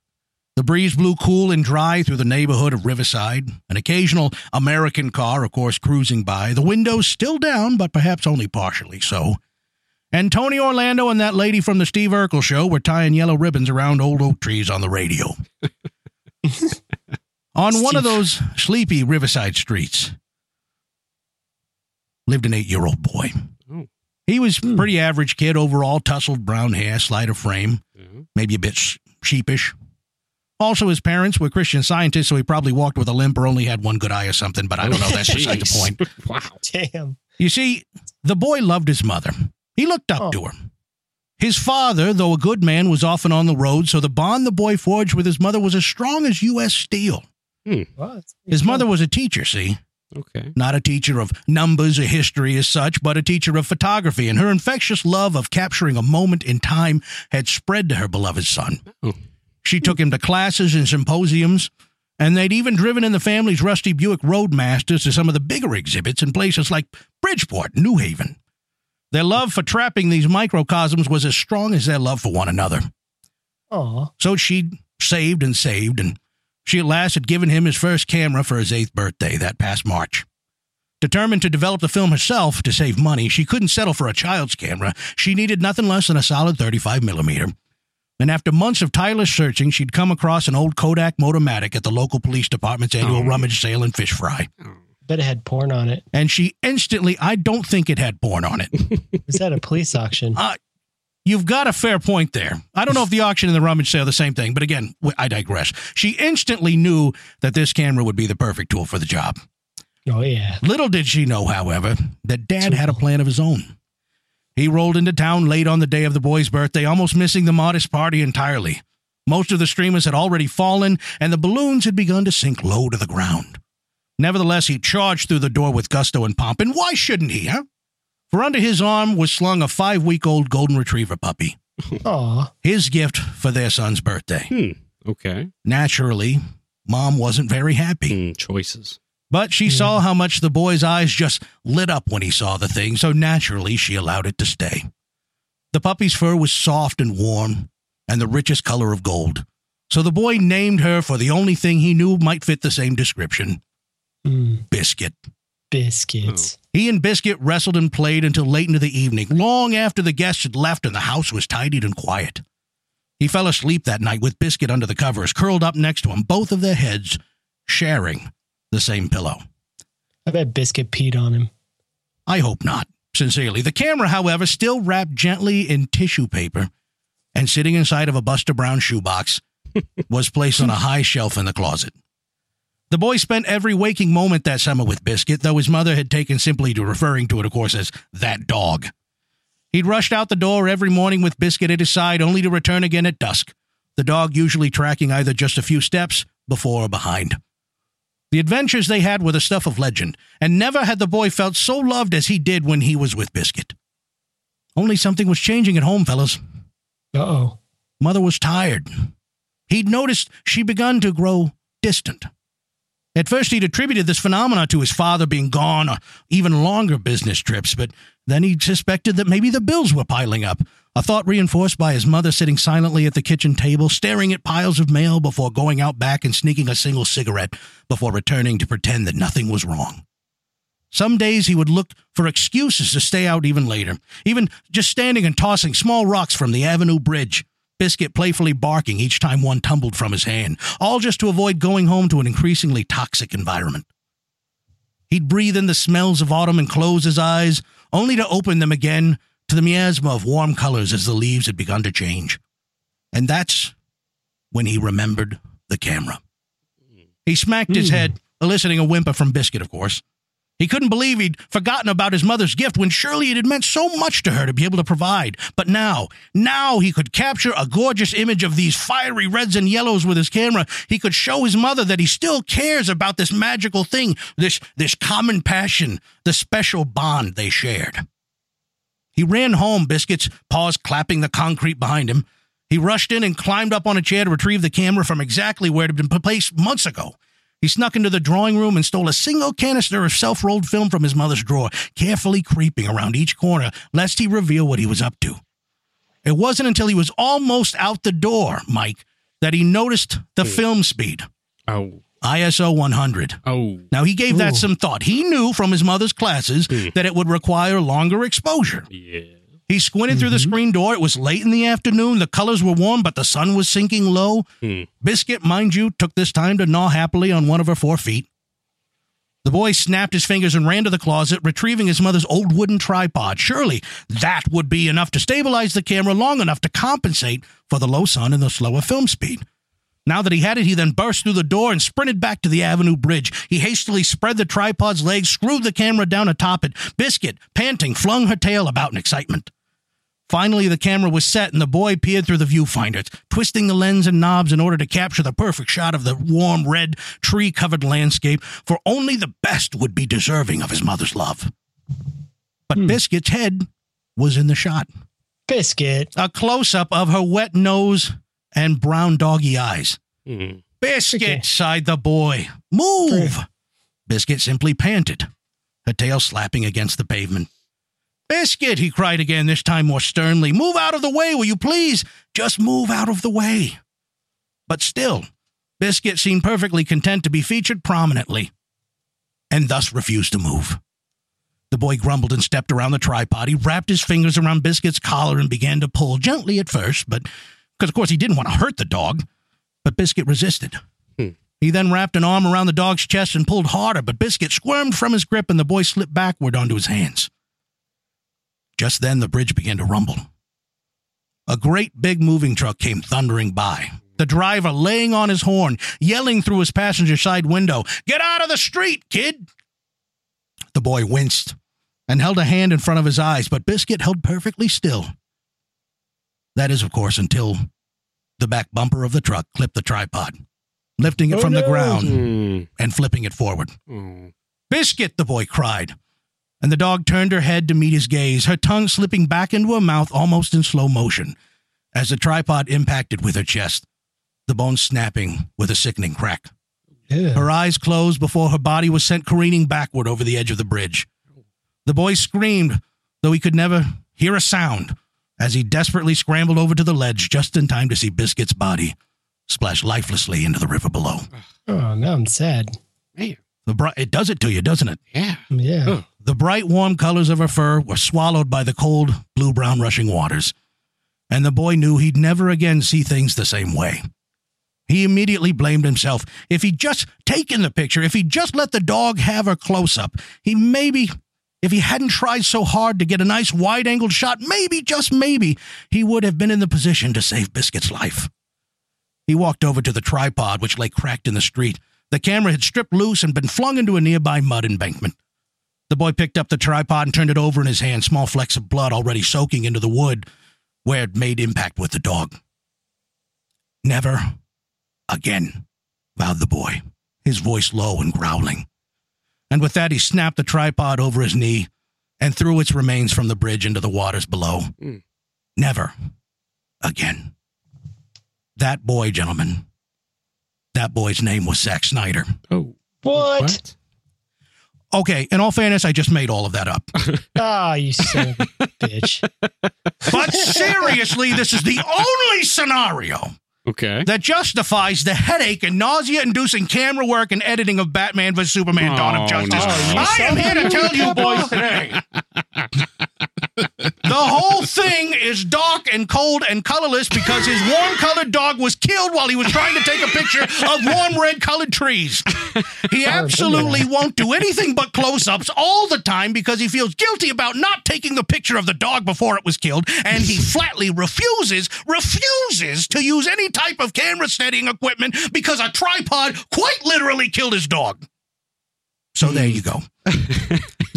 The breeze blew cool and dry through the neighborhood of Riverside. An occasional American car, of course, cruising by. The windows still down, but perhaps only partially so. And Tony Orlando and that lady from the Steve Urkel show were tying yellow ribbons around old oak trees on the radio. on one of Steve. those sleepy Riverside streets lived an eight year old boy. Oh. He was pretty average kid overall, tousled brown hair, slight of frame Yeah. maybe a bit sh- sheepish. Also, his parents were Christian scientists, so he probably walked with a limp or only had one good eye or something, but I don't know. That's beside the Jeez. point. Wow. Damn. You see, the boy loved his mother. He looked up Oh. to her. His father, though a good man, was often on the road, so the bond the boy forged with his mother was as strong as U.S. steel. Wow, that's pretty His cool. mother was a teacher, see? Okay. Not a teacher of numbers or history as such, but a teacher of photography, and her infectious love of capturing a moment in time had spread to her beloved son. Oh. She took him to classes and symposiums, and they'd even driven in the family's rusty Buick Roadmasters to some of the bigger exhibits in places like Bridgeport, New Haven. Their love for trapping these microcosms was as strong as their love for one another. Aw, So she saved and saved, and she at last had given him his first camera for his eighth birthday that past March. Determined to develop the film herself to save money, she couldn't settle for a child's camera. She needed nothing less than a solid 35 millimeter. And after months of tireless searching, she'd come across an old Kodak Motomatic at the local police department's annual Oh. rummage sale and fish fry. Oh. bet it had porn on it. And she instantly, I don't think it had porn on it. Was that a police auction? You've got a fair point there. I don't know if the auction and the rummage sale are the same thing, but again, w- I digress. She instantly knew that this camera would be the perfect tool for the job. Oh yeah. Little did she know, however, that Dad had a plan of his own. He rolled into town late on the day of the boy's birthday, almost missing the modest party entirely. Most of the streamers had already fallen, and the balloons had begun to sink low to the ground. Nevertheless, he charged through the door with gusto and pomp, and why shouldn't he, huh? For under his arm was slung a five week old golden retriever puppy Aw, his gift for their son's birthday. Hmm. Okay. Naturally, mom wasn't very happy, Hmm. Choices. but she Yeah. saw how much the boy's eyes just lit up when he saw the thing, so naturally she allowed it to stay. The puppy's fur was soft and warm, and the richest color of gold. So the boy named her for the only thing he knew might fit the same description Mm, Biscuit. biscuits. He and Biscuit wrestled and played until late into the evening, long after the guests had left and the house was tidied and quiet. He fell asleep that night with Biscuit under the covers, curled up next to him, both of their heads sharing the same pillow. Oh. I bet biscuit peed on him. I hope not. Sincerely. The camera, however, still wrapped gently in tissue paper and sitting inside of a Buster Brown shoebox, was placed on a high shelf in the closet. The boy spent every waking moment that summer with Biscuit, though his mother had taken simply to referring to it, of course, as that dog. He'd rushed out the door every morning with Biscuit at his side, only to return again at dusk, the dog usually tracking either just a few steps before or behind. The adventures they had were the stuff of legend, and never had the boy felt so loved as he did when he was with Biscuit. Only something was changing at home, fellas. Uh oh. Mother was tired. He'd noticed she begun to grow distant. At first, he'd attributed this phenomena to his father being gone or even longer business trips, but then he suspected that maybe the bills were piling up, a thought reinforced by his mother sitting silently at the kitchen table, staring at piles of mail before going out back and sneaking a single cigarette before returning to pretend that nothing was wrong. Some days he would look for excuses to stay out even later, even just standing and tossing small rocks from the Avenue Bridge, Biscuit playfully barking each time one tumbled from his hand, all just to avoid going home to an increasingly toxic environment. He'd breathe in the smells of autumn and close his eyes, only to open them again to the miasma of warm colors as the leaves had begun to change. And that's when he remembered the camera. He smacked his head, eliciting a whimper from Biscuit, of course. He couldn't believe he'd forgotten about his mother's gift when surely it had meant so much to her to be able to provide. But now, now he could capture a gorgeous image of these fiery reds and yellows with his camera. He could show his mother that he still cares about this magical thing, this this common passion, the special bond they shared. He ran home, biscuits, paws clapping the concrete behind him. He rushed in and climbed up on a chair to retrieve the camera from exactly where it had been placed months ago. He snuck into the drawing room and stole a single canister of self rolled film from his mother's drawer, carefully creeping around each corner lest he reveal what he was up to. It wasn't until he was almost out the door, Mike, that he noticed the film speed Oh, ISO 100. oh, Now, he gave that Ooh. some thought. He knew from his mother's classes that it would require longer exposure. Hmm. yeah. Mm-hmm. He squinted through the screen door. It was late in the afternoon. The colors were warm, but the sun was sinking low. Hmm. Biscuit, mind you, took this time to gnaw happily on one of her four feet. The boy snapped his fingers and ran to the closet, retrieving his mother's old wooden tripod. Surely that would be enough to stabilize the camera long enough to compensate for the low sun and the slower film speed. Now that he had it, he then burst through the door and sprinted back to the Avenue Bridge. He hastily spread the tripod's legs, screwed the camera down atop it. Biscuit, panting, flung her tail about in excitement. Finally, the camera was set, and the boy peered through the viewfinder, twisting the lens and knobs in order to capture the perfect shot of the warm red, tree covered landscape, for only the best would be deserving of his mother's love. But Biscuit's head was in the shot Biscuit. a close up of her wet nose and brown doggy eyes. Hmm. Biscuit, Okay. sighed the boy. Move! Biscuit simply panted, her tail slapping against the pavement. Biscuit, he cried again, this time more sternly. Move out of the way, will you please? Just move out of the way. But still, Biscuit seemed perfectly content to be featured prominently, and thus refused to move. The boy grumbled and stepped around the tripod. He wrapped his fingers around Biscuit's collar and began to pull, gently at first, but because of course he didn't want to hurt the dog. But Biscuit resisted. Hmm. He then wrapped an arm around the dog's chest and pulled harder, but Biscuit squirmed from his grip and the boy slipped backward onto his hands. Just then the bridge began to rumble. A great big moving truck came thundering by, the driver laying on his horn, yelling through his passenger side window, Get out of the street, kid! The boy winced and held a hand in front of his eyes, but Biscuit held perfectly still. That is, of course, until the back bumper of the truck clipped the tripod, lifting it Oh, from the no. ground Hmm. and flipping it forward. Oh. Biscuit, the boy cried. And the dog turned her head to meet his gaze, her tongue slipping back into her mouth almost in slow motion as the tripod impacted with her chest, the bones snapping with a sickening crack. Yeah. Her eyes closed before her body was sent careening backward over the edge of the bridge. The boy screamed, though he could never hear a sound, as he desperately scrambled over to the ledge just in time to see Biscuit's body splash lifelessly into the river below. Oh, now I'm sad. Man, The bri- it does it to you, doesn't it? yeah. Yeah. Oh. The bright warm colors of her fur were swallowed by the cold blue brown rushing waters, and the boy knew he'd never again see things the same way. He immediately blamed himself. If he'd just taken the picture, if he'd just let the dog have her close up, he maybe, if he hadn't tried so hard to get a nice wide angled shot, maybe, just maybe, he would have been in the position to save Biscuit's life. He walked over to the tripod, which lay cracked in the street. The camera had stripped loose and been flung into a nearby mud embankment. The boy picked up the tripod and turned it over in his hand, small flecks of blood already soaking into the wood where it made impact with the dog. Never again, vowed the boy, his voice low and growling. And with that, he snapped the tripod over his knee and threw its remains from the bridge into the waters below. Hmm. Never again. That boy, gentlemen, that boy's name was Zack Snyder. Oh, What? Okay, in all fairness, I just made all of that up. Ah, you son of a bitch. But seriously, this is the only scenario Okay. that justifies the headache and nausea inducing camera work and editing of Batman vs. Superman Dawn Oh, of Justice. no. I am here to tell you boys today. the whole thing is dark and cold and colorless because his warm colored dog was killed while he was trying to take a picture of warm red colored trees. He absolutely won't do anything but close ups all the time because he feels guilty about not taking the picture of the dog before it was killed, and he flatly refuses, refuses to use any type of camera steadying equipment because a tripod quite literally killed his dog. So there you go.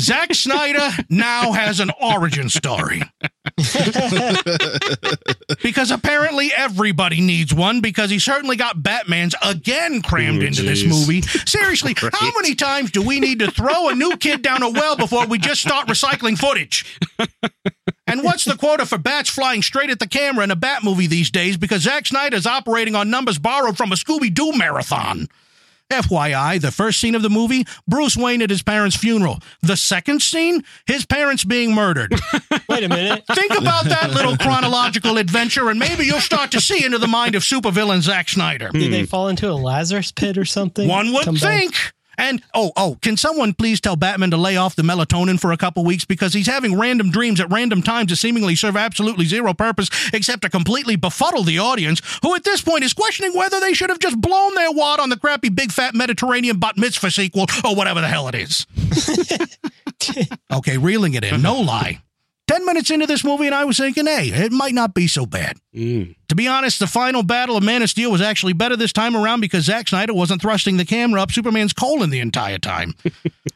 Zack Snyder now has an origin story. because apparently everybody needs one because he certainly got Batman's again crammed Ooh, into this geez. movie. Seriously, how many times do we need to throw a new kid down a well before we just start recycling footage? And what's the quota for bats flying straight at the camera in a bat movie these days because Zack Snyder's operating on numbers borrowed from a Scooby Doo marathon? FYI, the first scene of the movie, Bruce Wayne at his parents' funeral. The second scene, his parents being murdered. Wait a minute. Think about that little chronological adventure, and maybe you'll start to see into the mind of supervillain Zack Snyder. Did they fall into a Lazarus pit or something? Hmm. One would Come back. think. And oh, oh, can someone please tell Batman to lay off the melatonin for a couple weeks because he's having random dreams at random times that seemingly serve absolutely zero purpose except to completely befuddle the audience, who at this point is questioning whether they should have just blown their wad on the crappy big fat Mediterranean bat mitzvah sequel or whatever the hell it is. okay, reeling it in, no lie. Ten minutes into this movie, and I was thinking, hey, it might not be so bad. Mm. To be honest, the final battle of Man of Steel was actually better this time around because Zack Snyder wasn't thrusting the camera up Superman's colon the entire time,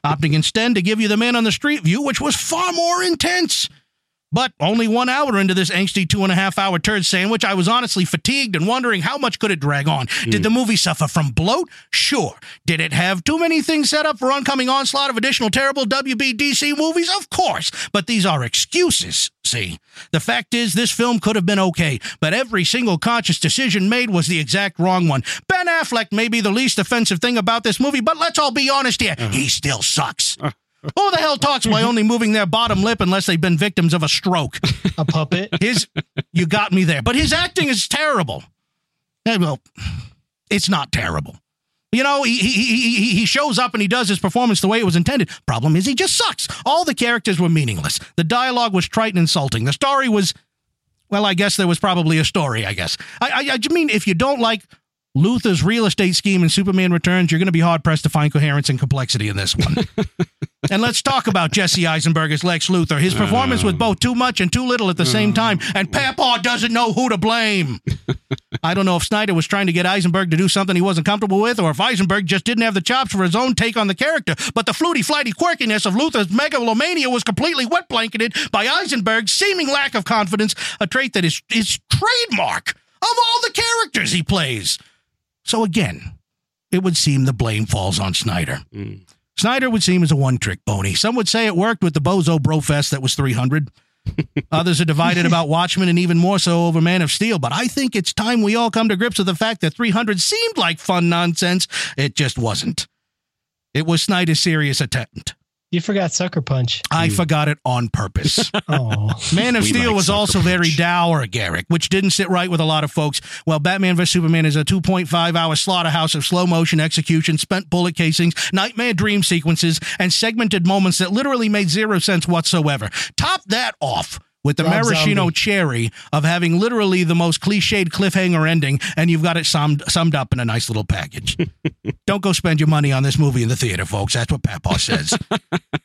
opting instead to give you the man on the street view, which was far more intense. But only one hour into this angsty two and a half hour turd sandwich, I was honestly fatigued and wondering how much could it drag on. Did the movie suffer from bloat? Sure. Did it have too many things set up for oncoming onslaught of additional terrible WBDC movies? Of course. But these are excuses, see. The fact is, this film could have been okay, but every single conscious decision made was the exact wrong one. Ben Affleck may be the least offensive thing about this movie, but let's all be honest here. He still sucks. Who the hell talks by only moving their bottom lip unless they've been victims of a stroke? A puppet. His, you got me there. But his acting is terrible. Eh, Well, it's not terrible. You know, he, he, he, he- he shows up and he does his performance the way it was intended. Problem is, he just sucks. All the characters were meaningless. The dialogue was trite and insulting. The story was, well, I guess there was probably a story, I guess. I, I, I just mean, if you don't like Luther's real estate scheme in Superman Returns, you're going to be hard pressed to find coherence and complexity in this one. And let's talk about Jesse Eisenberg as Lex Luthor. His performance was both too much and too little at the same time, and Papaw doesn't know who to blame. I don't know if Snyder was trying to get Eisenberg to do something he wasn't comfortable with, or if Eisenberg just didn't have the chops for his own take on the character, but the fluty flighty quirkiness of Luthor's megalomania was completely wet blanketed by Eisenberg's seeming lack of confidence, a trait that is his trademark of all the characters he plays. So again, it would seem the blame falls on Snyder. Snyder would seem as a one trick pony. Some would say it worked with the Bozo Brofest that was 300. Others are divided about Watchmen and even more so over Man of Steel, but I think it's time we all come to grips with the fact that 300 seemed like fun nonsense. It just wasn't. It was Snyder's serious attempt. You forgot Sucker Punch. I forgot it on purpose. Oh. Man of We Steel like was Sucker also Punch. very dour, Garrick, which didn't sit right with a lot of folks. While Batman vs. Superman is a 2.5 hour slaughterhouse of slow motion execution, spent bullet casings, nightmare dream sequences, and segmented moments that literally made zero sense whatsoever. Top that off with the Rob maraschino Zombie. cherry of having literally the most cliched cliffhanger ending, and you've got it summed, summed up in a nice little package. Don't go spend your money on this movie in the theater, folks. That's what Papaw says.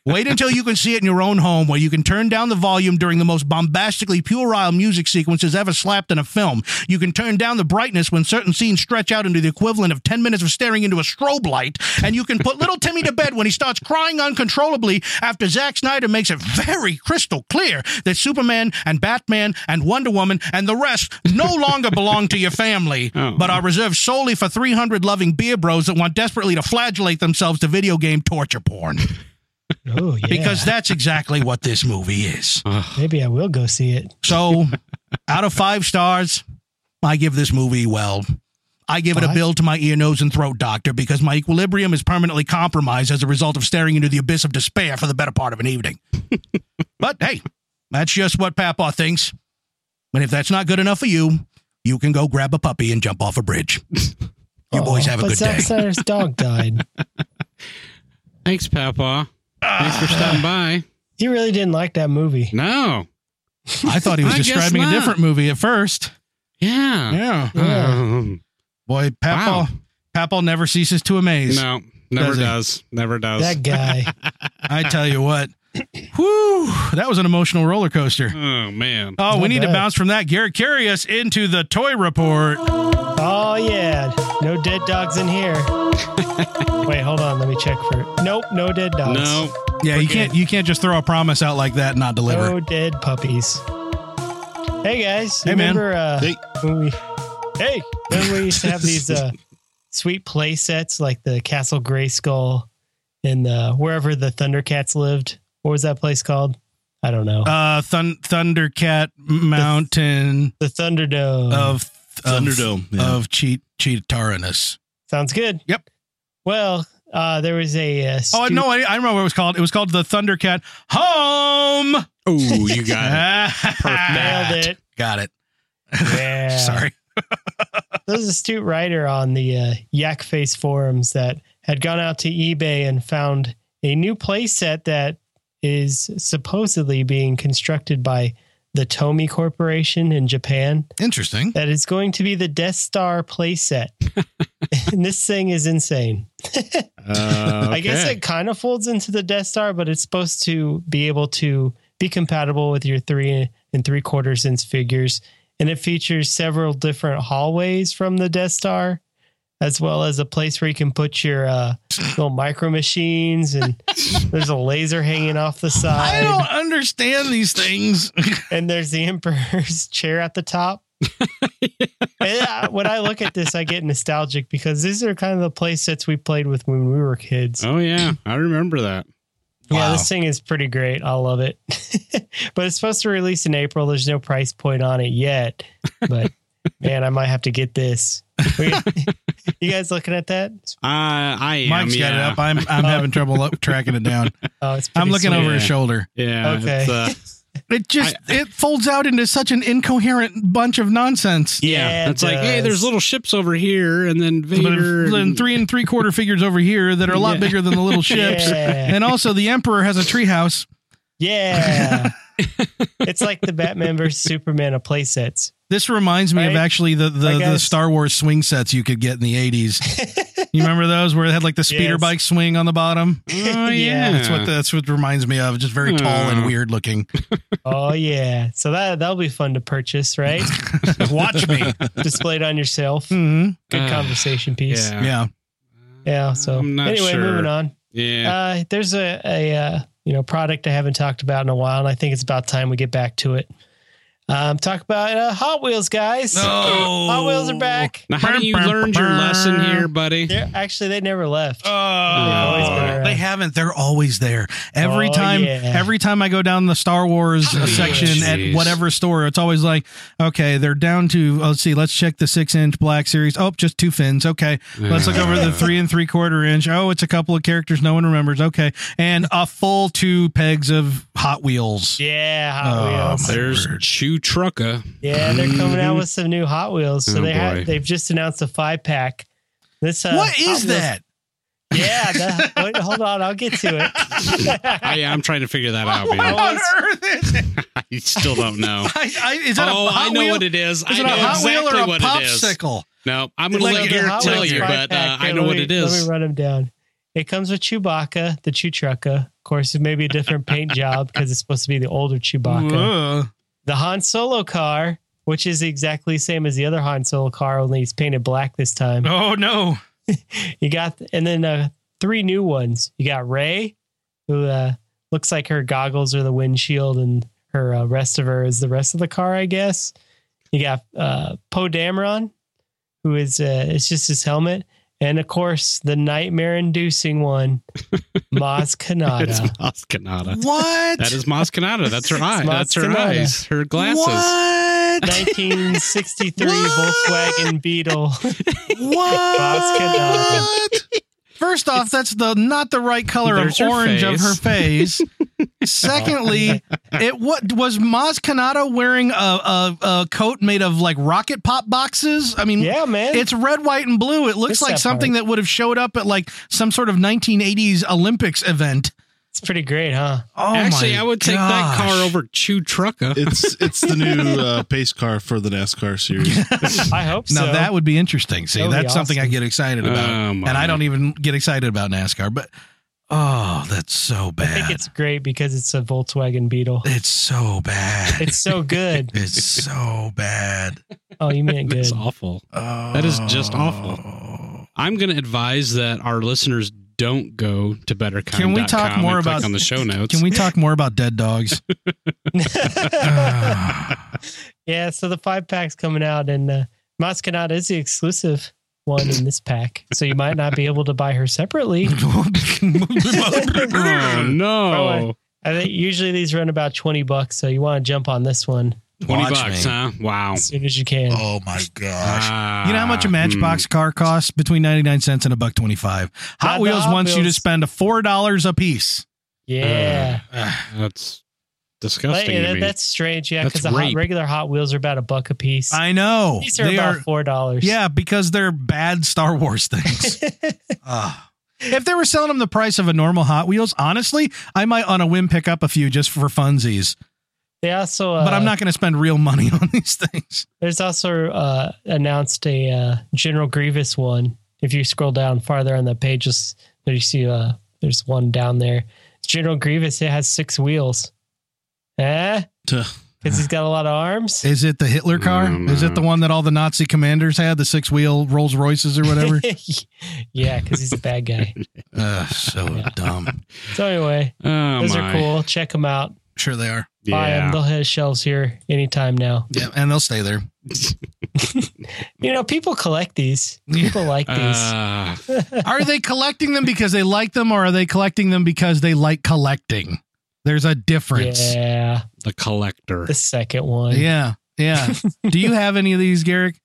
Wait until you can see it in your own home where you can turn down the volume during the most bombastically puerile music sequences ever slapped in a film. You can turn down the brightness when certain scenes stretch out into the equivalent of 10 minutes of staring into a strobe light. And you can put little Timmy to bed when he starts crying uncontrollably after Zack Snyder makes it very crystal clear that Superman. Superman and Batman and Wonder Woman and the rest no longer belong to your family, Oh. but are reserved solely for 300 loving beer bros that want desperately to flagellate themselves to video game torture porn. Oh, yeah. Because that's exactly what this movie is. maybe I will go see it. So, out of five stars, I give this movie well. I give it a Five? bill to my ear, nose, and throat doctor because my equilibrium is permanently compromised as a result of staring into the abyss of despair for the better part of an evening. but hey, that's just what Papa thinks. And if that's not good enough for you, you can go grab a puppy and jump off a bridge. You boys Aw, have a but good Zack day. Snyder's dog died. Thanks, Papa. Thanks for stopping by. You really didn't like that movie. No. I thought he was I guess describing a not. different movie at first. Yeah. Yeah. Yeah. Um, Boy, Papa, Wow. Papa never ceases to amaze. no, never Does does. he? Never does. That guy. I tell you what. Whew, that was an emotional roller coaster. oh, man. Oh, we Not need to bad. bounce from that. Garrett, carry us into the toy report. Oh yeah. No dead dogs in here. Wait, hold on. Let me check for. Nope. No dead dogs. No. Yeah, you Okay. can't you can't just throw a promise out like that and not deliver. No dead puppies. Hey guys. Hey, man. remember, Uh, Hey. When we, hey. Remember we used to have these uh, sweet play sets like the Castle Grayskull and uh, wherever the Thundercats lived. What was that place called? I don't know. Uh, thun- Thundercat Mountain the Thunderdome. of um, Thunderdome. of, yeah. of cheat cheatarinus. Sounds good. Yep. Well, uh, there was a. Uh, Oh stu- no, I, I remember what it was called. It was called the Thundercat Home. Oh, you got it. Nailed it. Got it. Yeah. Sorry. There was a astute writer on the uh, Yak Face forums that had gone out to eBay and found a new playset that is supposedly being constructed by the Tomy Corporation in Japan Interesting. that is going to be the Death Star playset. and this thing is insane. Uh, I guess okay. it kind of folds into the Death Star, but it's supposed to be able to be compatible with your three and three quarters inch figures. And it features several different hallways from the Death Star, as well as a place where you can put your uh, little micro machines. And there's a laser hanging off the I don't uh, side. understand these things. And there's the Emperor's chair at the top. And, uh, when I look at this, I get nostalgic because these are kind of the play sets we played with when we were kids. Oh, yeah. I remember that. Yeah, Wow. this thing is pretty great. I love it. but it's supposed to release in April. There's no price point on it yet. But man, I might have to get this. We- you guys looking at that? I, I am. Mike's yeah. got it up. I'm I'm having trouble up, tracking it down. Oh, it's pretty I'm looking sweet. over his Yeah. shoulder. Yeah. Okay. it's, uh, It just it folds out into such an incoherent bunch of nonsense. yeah. Yeah, it it's like, hey, does. there's little ships over here, and then But Vader. then and- three and three quarter figures over here that are a lot Yeah. bigger than the little ships. Yeah. And also the emperor has a treehouse. yeah. it's like the Batman versus Superman of play sets. This reminds me of Right? actually the the, I the guess. Star Wars swing sets you could get in the eighties. you remember those where it had like the speeder Yes. bike swing on the bottom? Oh, yeah. Yeah, That's what that's what reminds me of. Just very tall and Oh. weird looking. Oh yeah. So that that'll be fun to purchase, right? Watch me. Displayed on yourself. hmm Good Ah, conversation piece. Yeah. Yeah. Yeah. So I'm not anyway, sure. moving on. Yeah. Uh, there's a, a uh, you know product I haven't talked about in a while, and I think it's about time we get back to it. Um, talk about uh, Hot Wheels, guys. Hot Wheels are back. now, how do you Burr, burr, learned your burr. lesson here, buddy? They're, actually, they never left. always been Oh, around. they haven't. They're always there. Every Oh, time, yeah. every time I go down the Star Wars uh, section Oh, jeez. at whatever store, it's always like, okay, they're down to. Let's see. Let's check the six-inch black series. Oh, just two fins. Okay. Let's look over the three and three-quarter inch. Oh, it's a couple of characters no one remembers. Okay, and a full two pegs of Hot Wheels. Yeah, Hot Oh, Wheels. my There's word. Chew Trucka. Yeah, they're coming out with some new Hot Wheels. So Oh, they boy. ha- they've just announced a five pack. This uh, what Hot is Wheels- that? Yeah, that, wait, hold on, I'll get to it. I, I'm trying to figure that out. What man. on earth is it? I still don't know. I, I, is that Oh, a Hot I know Wheel? what it is. Is I it a know Hot exactly Wheel or a what it is. popsicle? No, I'm going to Like let a Garrett Hot tell Wheels you, five but uh, pack. I Here, know let what me- it is. Let me run them down. It comes with Chewbacca, the Chew Trucka. Of course, it may be a different paint job because it's supposed to be the older Chewbacca. Whoa. The Han Solo car, which is exactly the same as the other Han Solo car, only it's painted black this time. Oh no! You got, and then uh, three new ones. You got Ray, who uh, looks like her goggles are the windshield and her uh, rest of her is the rest of the car, I guess. You got uh, Poe Dameron, who is uh, it's just his helmet, and of course the nightmare-inducing one, Maz It's Kanata. Maz Kanata. What? That is Maz Kanata. That's her eye. Maz That's her Kanata. eyes. Her glasses. What? 1963 What? Volkswagen Beetle. What? Basket First off, that's the not the right color of There's her orange of face. her face. Secondly, it what was Maz Kanata wearing a, a a coat made of like rocket pop boxes? I mean, yeah, man. it's red, white, and blue. It looks Missed like that something that would have showed up at like some sort of 1980s Olympics event. it's pretty great, huh? Oh, Actually, my I would take that car gosh. over Chew Trucka. It's it's the new uh, pace car for the NASCAR series. I hope Now so. that would be interesting. See, That would be that's something I awesome. get excited about, Oh, my. and I don't even get excited about NASCAR. But oh, that's so I think bad. It's, it's great because it's a Volkswagen Beetle. so bad. It's so good. It's so bad. Oh, you meant good. That's awful. Oh. That is just awful. I'm going to advise that our listeners don't go to bettercom.com. Can we talk and more click about- on the show notes? Can we talk more about dead dogs? Oh yeah, so the five pack's coming out, and uh, Mascanada is the exclusive one in this pack. So you might not be able to buy her separately. Oh no! I think usually these run about 20 bucks. So you want to jump on this one Twenty Watch bucks, me. huh? Wow. Ah, as soon as you can. oh my gosh. You know how Mm. much a Matchbox car costs? Between ninety nine cents and a buck twenty five. Hot Not Wheels the Hot wants you to Wheels. spend four dollars a piece. Yeah. Hmm, that's But, disgusting yeah, to me. that's strange. Yeah, That's because the hot, rape. regular Hot Wheels are about a buck a piece. I know These are about $4. Yeah, because they're bad Star Wars things. Ah. If they were selling them the price of a normal Hot Wheels, honestly, I might on a whim pick up a few just for funsies. They also, uh, But I'm not going to spend real money on these things. There's also uh, announced a uh, General Grievous one. If you scroll down farther on the page, you'll s- there you see uh, there's one down there. It's General Grievous. It has six wheels. Eh? Tuh. Because he's got a lot of arms. Is it the Hitler car? Mm, Is it the one that all the Nazi commanders had, the six wheel Rolls Royces or whatever? yeah, because he's a bad guy. Ugh, so dumb. So anyway, oh those my. are cool. Check them out. Sure they are. Buy them. Yeah. They'll hit shelves here anytime now. Yeah, and they'll stay there. You know, people collect these. People like these. Uh, Are they collecting them because they like them, or are they collecting them because they like collecting? There's a difference. yeah, the collector. the second one. Yeah. Yeah. Do you have any of these, Garrick?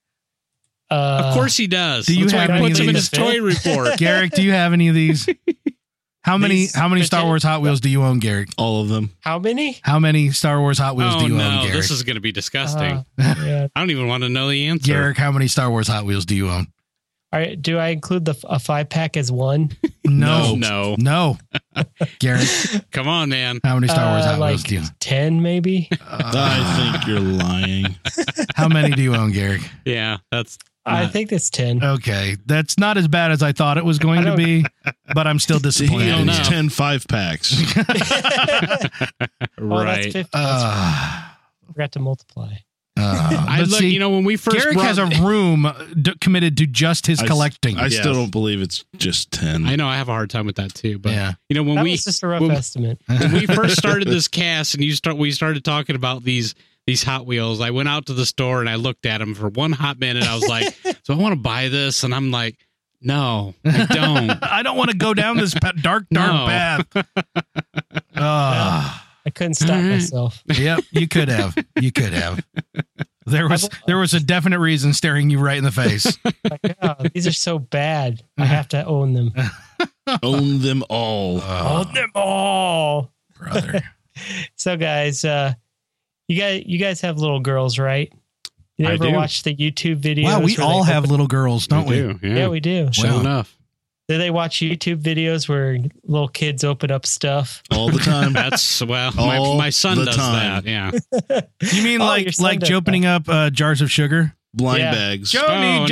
Uh, of course he does. do you That's why have he any puts of him in these? his toy report? Garrick, do you have any of these? How many These- how many Star Wars Hot Wheels do you own, Garrick? All of them. How many? How many Star Wars Hot Wheels oh do you no! own, Garrick? This is going to be disgusting. Uh, yeah. I don't even want to know the answer. Garrick, how many Star Wars Hot Wheels do you own? All right, do I include the f- a five pack as one? No. Oh, no. No. Garrick, Come on, man. how many Star Wars Uh, Hot Wheels like do you own? Ten, maybe. Ah. I think you're lying. How many do you own, Garrick? Yeah, that's I Uh, think that's ten. Okay. That's not as bad as I thought it was going to be, but I'm still He disappointed. owns know. 10 five packs. Oh, that's right. fifty. That's- Uh, I forgot to multiply. uh, I but look, see, you know, when we first Garrick brought, has a room uh, d- committed to just his I s- collecting. I still Yes. don't believe it's just 10. I know I have a hard time with that too, but yeah. you know, when that we was just a rough when- estimate. when we first started this cast and you start we started talking about these these Hot Wheels, I went out to the store and I looked at them for one hot minute. I was like, "So I want to buy this," and I'm like, "No, I don't." I don't want to go down this pa- dark, dark No. path. Ah, I couldn't stop All right. myself. yep, you could have. You could have. There was there was a definite reason staring you right in the face. Like, oh, these are so bad. I have to own them. Own them all. Oh, them all. brother. So, guys, uh, you guys, you guys have little girls, right? You I ever do. watch the YouTube videos? Wow, we where all they have little girls, don't we? do, Yeah, Open, yeah, we do. sure Wow. enough. Do they watch YouTube videos where little kids open up stuff? All the Um, time. That's well, my, All my son the does time. that. Yeah, You mean Oh, your like son like does that. opening up uh, jars of sugar? Blind Yeah. bags. Oh, no.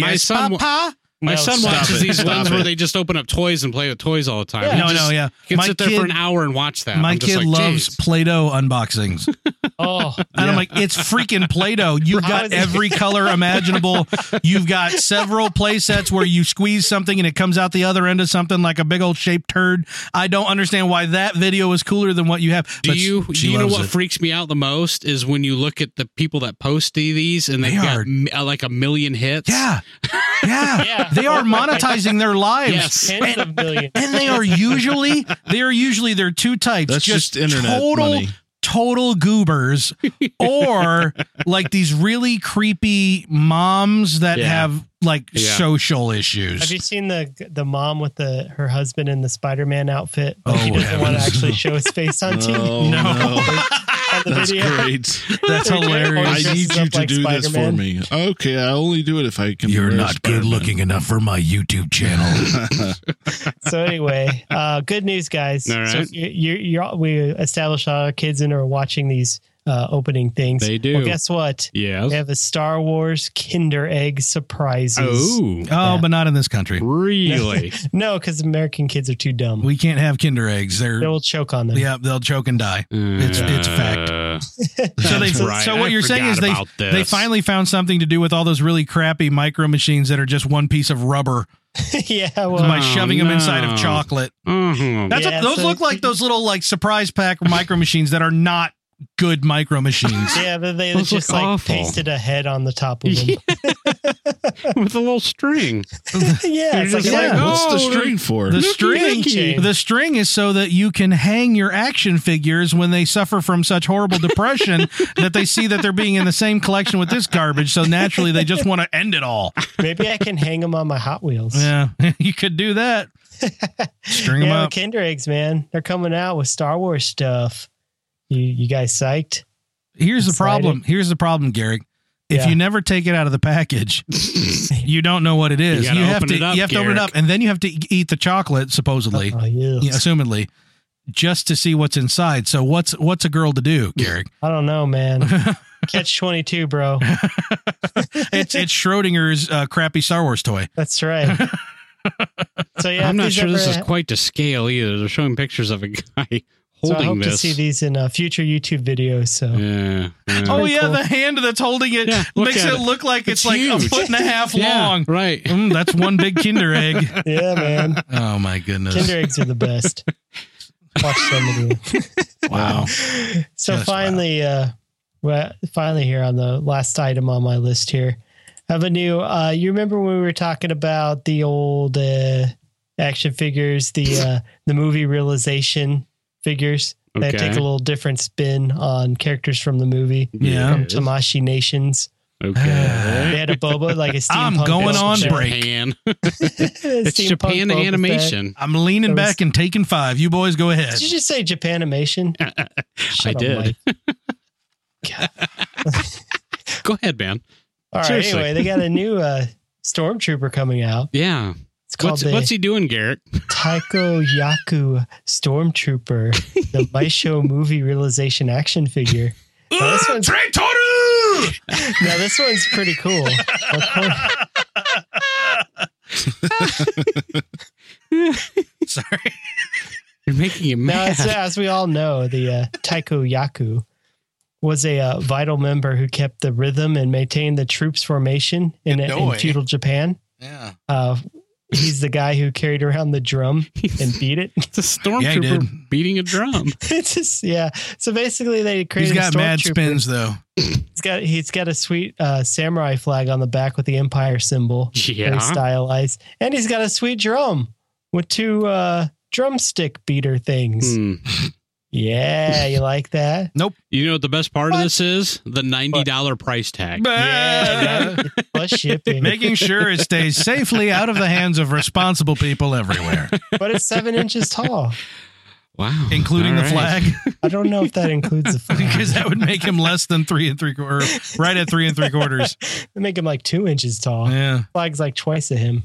My son wa- papa. My No, son stop watches it. these Stop ones it. where they just open up toys and play with toys all the time. Yeah. He No, just no, yeah. Can My sit there kid, for an hour and watch that. my I'm just kid like, loves "Jeez." Play-Doh unboxings. Oh, And I'm like, it's freaking Play-Doh. You've How got is it- every color imaginable. You've got several play sets where you squeeze something and it comes out the other end of something like a big old shaped turd. I don't understand why that video is cooler than what you have. Do you she do you know loves what it. freaks me out the most is when you look at the people that post these and they've They got are- m- uh, like a million hits. yeah. yeah. Yeah. They are monetizing their lives. Yes. tens of millions. And they are usually they are usually there are two types. That's just internet total money. total goobers or like these really creepy moms that Yeah. have like Yeah. social issues. Have you seen the the mom with the her husband in the Spider Man outfit? But she Oh, doesn't want to heavens. actually show his face on TV. Oh, no. on the That's video. great. That's Or I hilarious. dresses need you up to like do this for Spider-Man. me. Okay, I only do it if I can. wear Spider-Man. enough for my YouTube channel. So anyway, uh, good news, guys. All So right. you, you, you're, we established our kids and are watching these uh, opening things. They do. Well, guess what? Yes. They have a Star Wars Kinder Egg surprises. Oh, oh, but not in this country. really? No, because American kids are too dumb. We can't have Kinder eggs. They're they will choke on them. yeah, they'll choke and die. It's it's fact. Uh, So they that's right. so what I you're saying is forgot they about this. they finally found something to do with all those really crappy micro machines that are just one piece of rubber yeah, well, by shoving them inside no. of chocolate. Mhm. That's Yeah, what, those so- look like those little like surprise pack micro machines that are not good micro machines. yeah, but they Those just look like awful. pasted a head on the top of them. Yeah. with a little string. yeah, it's You're like, just yeah. like, oh, What's the Oh, string for? The Looky, string, looky. the string is so that you can hang your action figures when they suffer from such horrible depression that they see that they're being in the same collection with this garbage. So naturally, they just want to end it all. maybe I can hang them on my Hot Wheels. Yeah, you could do that. String them Yeah, up. Kinder Eggs, man. They're coming out with Star Wars stuff. You you guys psyched? Here's the Exciting. problem. Here's the problem, Garrick. If Yeah. you never take it out of the package, you don't know what it is. gotta You, have open to it up, you have to open it up, and then you have to e- eat the chocolate, supposedly, Oh, yeah. yeah, assumedly, just to see what's inside. So what's what's a girl to do, Garrick? I don't know, man. Catch twenty two, bro. it's it's Schrodinger's uh, crappy Star Wars toy. That's right. So yeah, I'm if not these sure this ever- is quite to scale either. They're showing pictures of a guy So I holding hope this. to see these in uh, future YouTube videos. So Yeah. yeah. Oh yeah, cool. the hand that's holding it Yeah, look makes at it it. look like it's, It's like a huge. foot and a half Yeah, long. right. Mm, that's one big Kinder egg. yeah, man, Oh my goodness! Kinder Eggs are the best. Watch some of them. Wow. So Just finally, uh, well, finally here on the last item on my list here, I have a new. Uh, you remember when we were talking about the old uh, action figures, the uh, the movie realization figures that Okay. take a little different spin on characters from the movie Yeah. from Tamashi Nations. They Okay. had a Boba like a steampunk. I'm going on Boba Fett. break. Japan. A It's steampunk Japan Boba Fett. animation. I'm leaning That was- back and taking five. You boys go ahead. Did you just say Japanimation? Shut I up, did. Mike. Go ahead, man. All right. Seriously. Anyway, they got a new uh, stormtrooper coming out. Yeah. It's called What's, the what's he doing, Garrett? Taiko Yaku Stormtrooper, the Maisho movie realization action figure. Now this, one's, now this one's pretty cool. Sorry. You're making him Now, as, mad. as we all know, the uh, Taiko Yaku was a uh, vital member who kept the rhythm and maintained the troops formation in, in Inoue. feudal Japan. Yeah. Uh, he's the guy who carried around the drum and beat it. It's a Yeah, he stormtrooper did. beating a drum. it's just, yeah. So basically, they He's created. got a mad stormtrooper. spins though. He's got he's got a sweet uh, samurai flag on the back with the empire symbol. very Yeah. stylized. And he's got a sweet drum with two uh drumstick beater things. Hmm. Yeah, you like that? You know what the best part What? of this is? The $90 price tag. Yeah, that- plus shipping. Making sure it stays safely out of the hands of responsible people everywhere, But it's seven inches tall. Wow. including All the right. flag, I don't know if that includes the flag. because that would make him less than three and three quarters, right at three and three quarters. They make him like two inches tall. Yeah. Flag's like twice of him.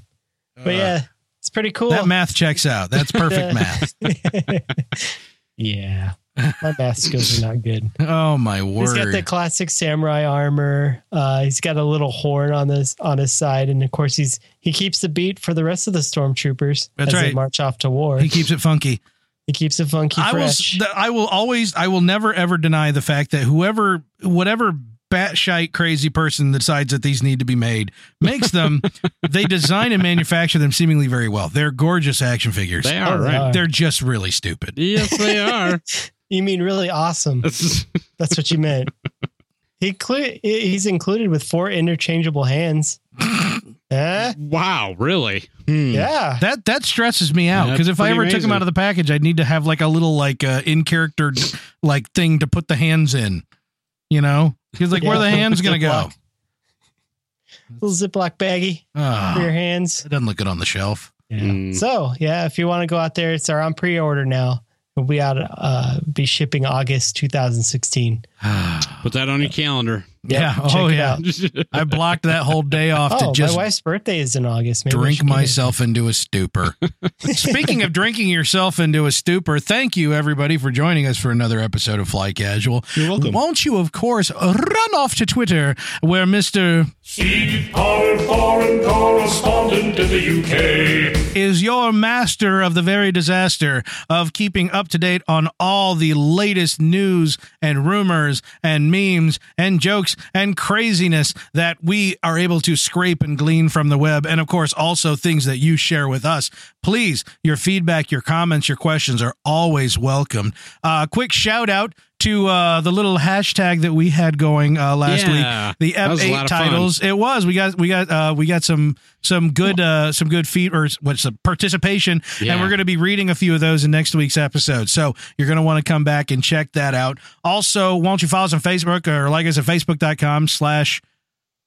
But yeah, it's pretty cool. That math checks out. That's perfect math. yeah. My math skills are not good. Oh my word! He's got the classic samurai armor. Uh, he's got a little horn on this on his side, and of course he's he keeps the beat for the rest of the stormtroopers That's as they right. march off to war. he keeps it funky. He keeps it funky I will. fresh. s- th- I will always. I will never ever deny the fact that whoever, whatever batshite crazy person decides that these need to be made, makes them. they design and manufacture them seemingly very well. They're gorgeous action figures. They are Oh, right. God. They're just really stupid. Yes, they are. you mean really awesome? That's- That's what you meant. He cle- he's included with four interchangeable hands. Eh? Hmm. wow, really? Hmm. Yeah. That that stresses me out That's because if I pretty ever took them amazing. out of the package, I'd need to have like a little like uh, in character like thing to put the hands in. You know, because like where Yeah. the hands gonna go? Little Ziploc baggie for your Oh, hands. it doesn't look good on the shelf. Hmm. Mm. So yeah, if you want to go out there, it's our on pre-order now. We'll be out uh be shipping August 2016. Put that on your calendar. Yeah. check Oh, it yeah. out. I blocked that whole day off Oh, to just my wife's birthday is in August. Maybe I drink should get it. myself into a stupor. Speaking of drinking yourself into a stupor, thank you everybody for joining us for another episode of Fly Casual. You're welcome. Won't you, of course, run off to Twitter where Mr. Steve Powell, foreign correspondent in the UK. is your master of the very disaster of keeping up to date on all the latest news and rumors and memes and jokes and craziness that we are able to scrape and glean from the web. And of course, also things that you share with us. Please, your feedback, your comments, your questions are always welcome. Uh, quick shout out to uh, the little hashtag that we had going uh, last Yeah. week, the That was a F8 lot of fun. titles. It was. We got we got uh we got some some good uh some good feed or what's the participation and Yeah. we're going to be reading a few of those in next week's episode. So you're going to want to come back and check that out. Also, won't you follow us on Facebook or like us at facebook.com slash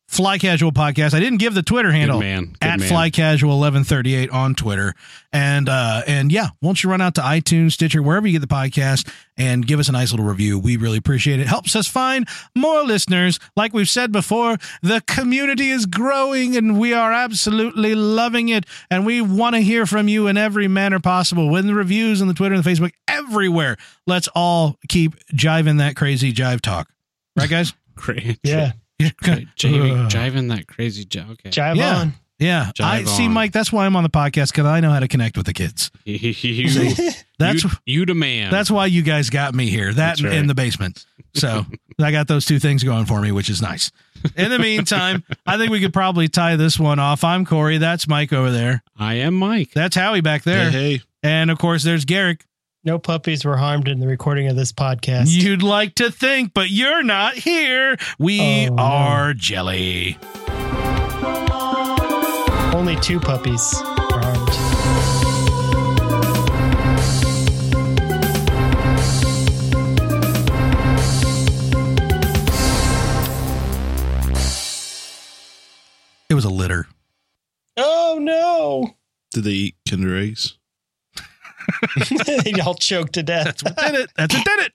fly casual podcast. I didn't give the Twitter Good handle man. Good at man. fly casual 1138 on Twitter. And uh and yeah, won't you run out to iTunes, Stitcher, wherever you get the podcast and give us a nice little review. We really appreciate it. Helps us find more listeners. Like we've said before, the community is growing and we are absolutely loving it. And we want to hear from you in every manner possible. With the reviews on the Twitter and the Facebook, everywhere. Let's all keep jiving that crazy jive talk. Right, guys? Great. Yeah. Great. Jiving, Uh. jiving that crazy jive. Okay. Jive Yeah. on. Yeah, I Jive see, on. Mike. That's why I'm on the podcast because I know how to connect with the kids. you, That's you, you demand. that's why you guys got me here. That That's right. in the basement. So I got those two things going for me, which is nice. In the meantime, I think we could probably tie this one off. I'm Corey. That's Mike over there. I am Mike. That's Howie back there. Hey, hey. And of course, there's Garrick. No puppies were harmed in the recording of this podcast. You'd like to think, but you're not here. We Oh, no. are jelly. Only two puppies were harmed. It was a litter. Oh no! Did they eat Kinder eggs? they all choked to death. That's what did it. That's what did it.